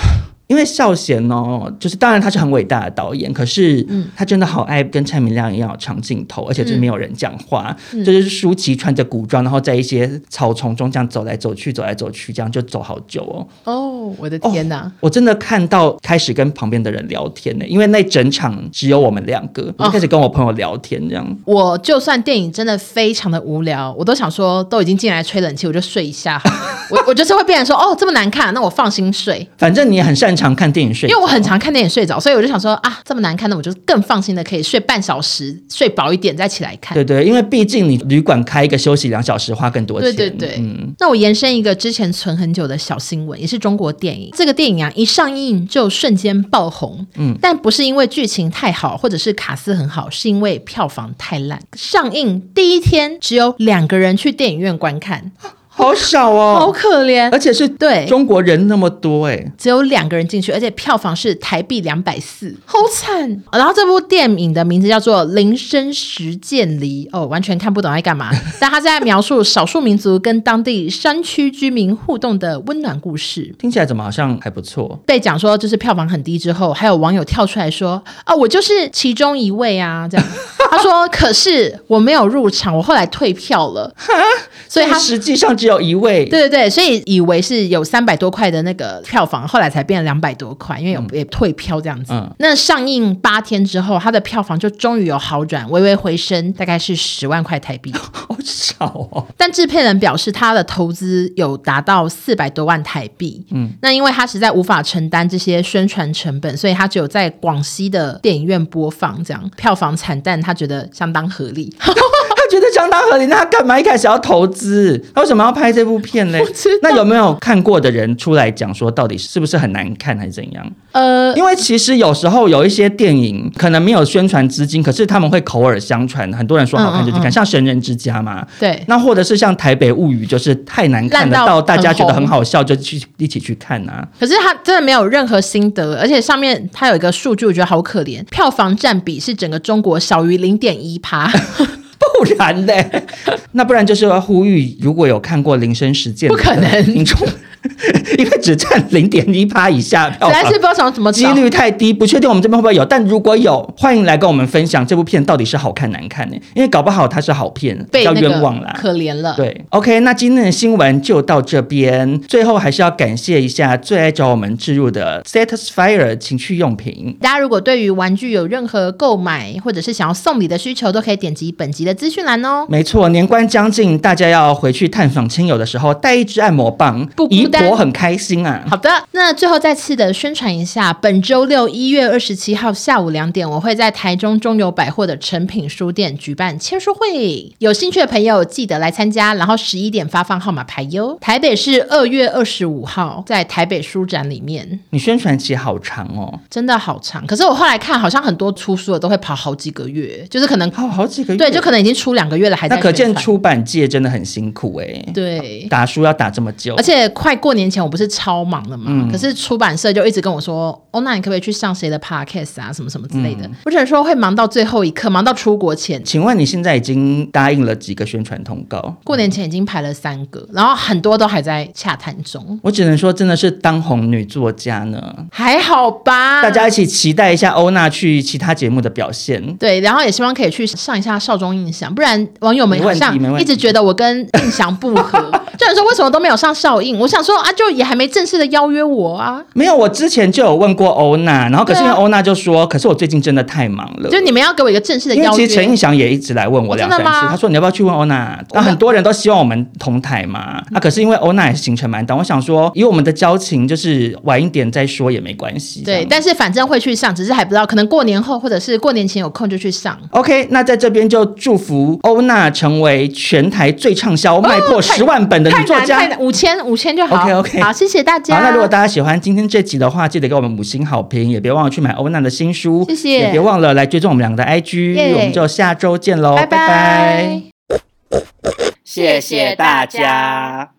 因为孝贤哦，就是当然他是很伟大的导演，可是嗯他真的好爱跟蔡明亮一样有长镜头，而且是没有人讲话，嗯就是舒淇穿着古装，然后在一些草丛中这样走来走去，走来走去，这样就走好久哦。哦，我的天哪！我真的看到开始跟旁边的人聊天呢、因为那整场只有我们两个，哦我就开始跟我朋友聊天这样。我就算电影真的非常的无聊，我都想说，都已经进来吹冷气，我就睡一下好了。 我我就是会变成说，哦，这么难看，那我放心睡，反正你也很擅长看电影睡因着，为我很常看电影睡着，所以我就想说啊，这么难看，那我就更放心的可以睡半小时，睡饱一点再起来看。对对，因为毕竟你旅馆开一个休息两小时，花更多钱。对对对嗯。那我延伸一个之前存很久的小新闻，也是中国电影。这个电影啊，一上映就瞬间爆红，嗯，但不是因为剧情太好，或者是卡斯很好，是因为票房太烂。上映第一天只有两个人去电影院观看。好小哦，好可怜而。且是对中国人那么多哎、只有两个人进去，而且票房是台币两百四，好惨。然后这部电影的名字叫做《林深时见离》，哦，完全看不懂在 干嘛。但他在描述少数民族跟当地山区居民互动的温暖故事。听起来怎么好像还不错？被讲说就是票房很低之后，还有网友跳出来说：“啊，我就是其中一位啊！”这样，他说：“可是我没有入场，我后来退票了。” 所以他实际上只有一位，对对对，所以以为是有三百多块的那个票房，后来才变两百多块，因为有、也退票这样子。嗯那上映八天之后，它的票房就终于有好转，微微回升，大概是十万块 台币。好少哦。但制片人表示，他的投资有达到四百多万台币。嗯，那因为他实在无法承担这些宣传成本，所以他只有在广西的电影院播放，这样票房惨淡，他觉得相当合理。他觉得相当合理，那他干嘛一开始要投资？他为什么要拍这部片 嘞知道？那有没有看过的人出来讲说，到底是不是很难看，还是怎样？ 呃，因为其实有时候有一些电影可能没有宣传资金，可是他们会口耳相传，很多人说好看就去看，嗯嗯嗯像《神人之家》嘛。对，那或者是像《台北物语》，就是太难看了，烂到到大家觉得很很红好笑，就去一起去看啊。可是他真的没有任何心得，而且上面他有一个数据，我觉得好可怜，票房占比是整个中国小于零点 一趴。 不然呢？那不然就是要呼吁，如果有看过《林深时见》，不可能听众， 因为只占零点一趴以下票实在房是不知道怎么几找。率太低，不确定我们这边会不会有。但如果有，欢迎来跟我们分享这部片到底是好看难看呢、因为搞不好它是好片，比被较那个冤枉啦。可怜了。对，OK，那今天的新闻就到这边。最后还是要感谢一下最爱找我们置入的 Satisfier 情趣用品。大家如果对于玩具有任何购买或者是想要送礼的需求，都可以点击本集的资讯栏哦。没错，年关将近，大家要回去探访亲友的时候，带一支按摩棒不，孤姨单婆很开心啊。好的，那最后再次的宣传一下，本周六一月二十七号下午两点，我会在台中中友百货的诚品书店举办签书会，有兴趣的朋友记得来参加，然后十一点发放号码牌哟。台北是二月二十五号在台北书展里面，你宣传期好长哦，真的好长，可是我后来看好像很多出书的都会跑好几个月，就是可能好好几个月，对，就可能已经出两个月了，还在那可见宣传出版界真的很辛苦哎、对。打书要打这么久，而且快过年前，我不是超忙的嘛，嗯可是出版社就一直跟我说，哦，那你可不可以去上谁的 podcast 啊，什么什么之类嗯的。我只能说会忙到最后一刻，忙到出国前，请问你现在已经答应了几个宣传通告？过年前已经排了三个，然后很多都还在洽谈中，我只能说，真的是当红女作家呢。还好吧？大家一起期待一下欧娜去其他节目的表现。对，然后也希望可以去上一下少中印象，不然网友们没好问题像没问一直题觉得我跟印象不 合，就想说为什么都没有上少印？我想说啊，就也还没正式的邀约我啊，没有，我之前就有问过欧娜，然后可是因为对啊欧娜就说，可是我最近真的太忙了。就你们要给我一个正式呃的因为邀其约。实陈映祥也一直来问我哦两真三的次，吗他说你要不要去问欧娜？那、我嗯很多人都希望我们同台嘛。啊，可是因为欧娜也行程蛮短，我想说以我们的交情，就是晚一点再说也没关系。这对，样但是反正会去上，只是还不知道，可能过年后或者是过年前有空就去上。 OK，那在这边就祝福欧娜成为全台最畅销、卖破十万本的哦太女作难家。太难，五千五千就好。 OK，OK 好，谢谢大家。好，那如果大家喜欢今天这集的话，记得给我们五星好评，也别忘了去买欧娜的新书，谢谢也别忘了来追踪我们两个的 IG，、耶我们就下周见喽，拜拜拜拜。谢谢大家。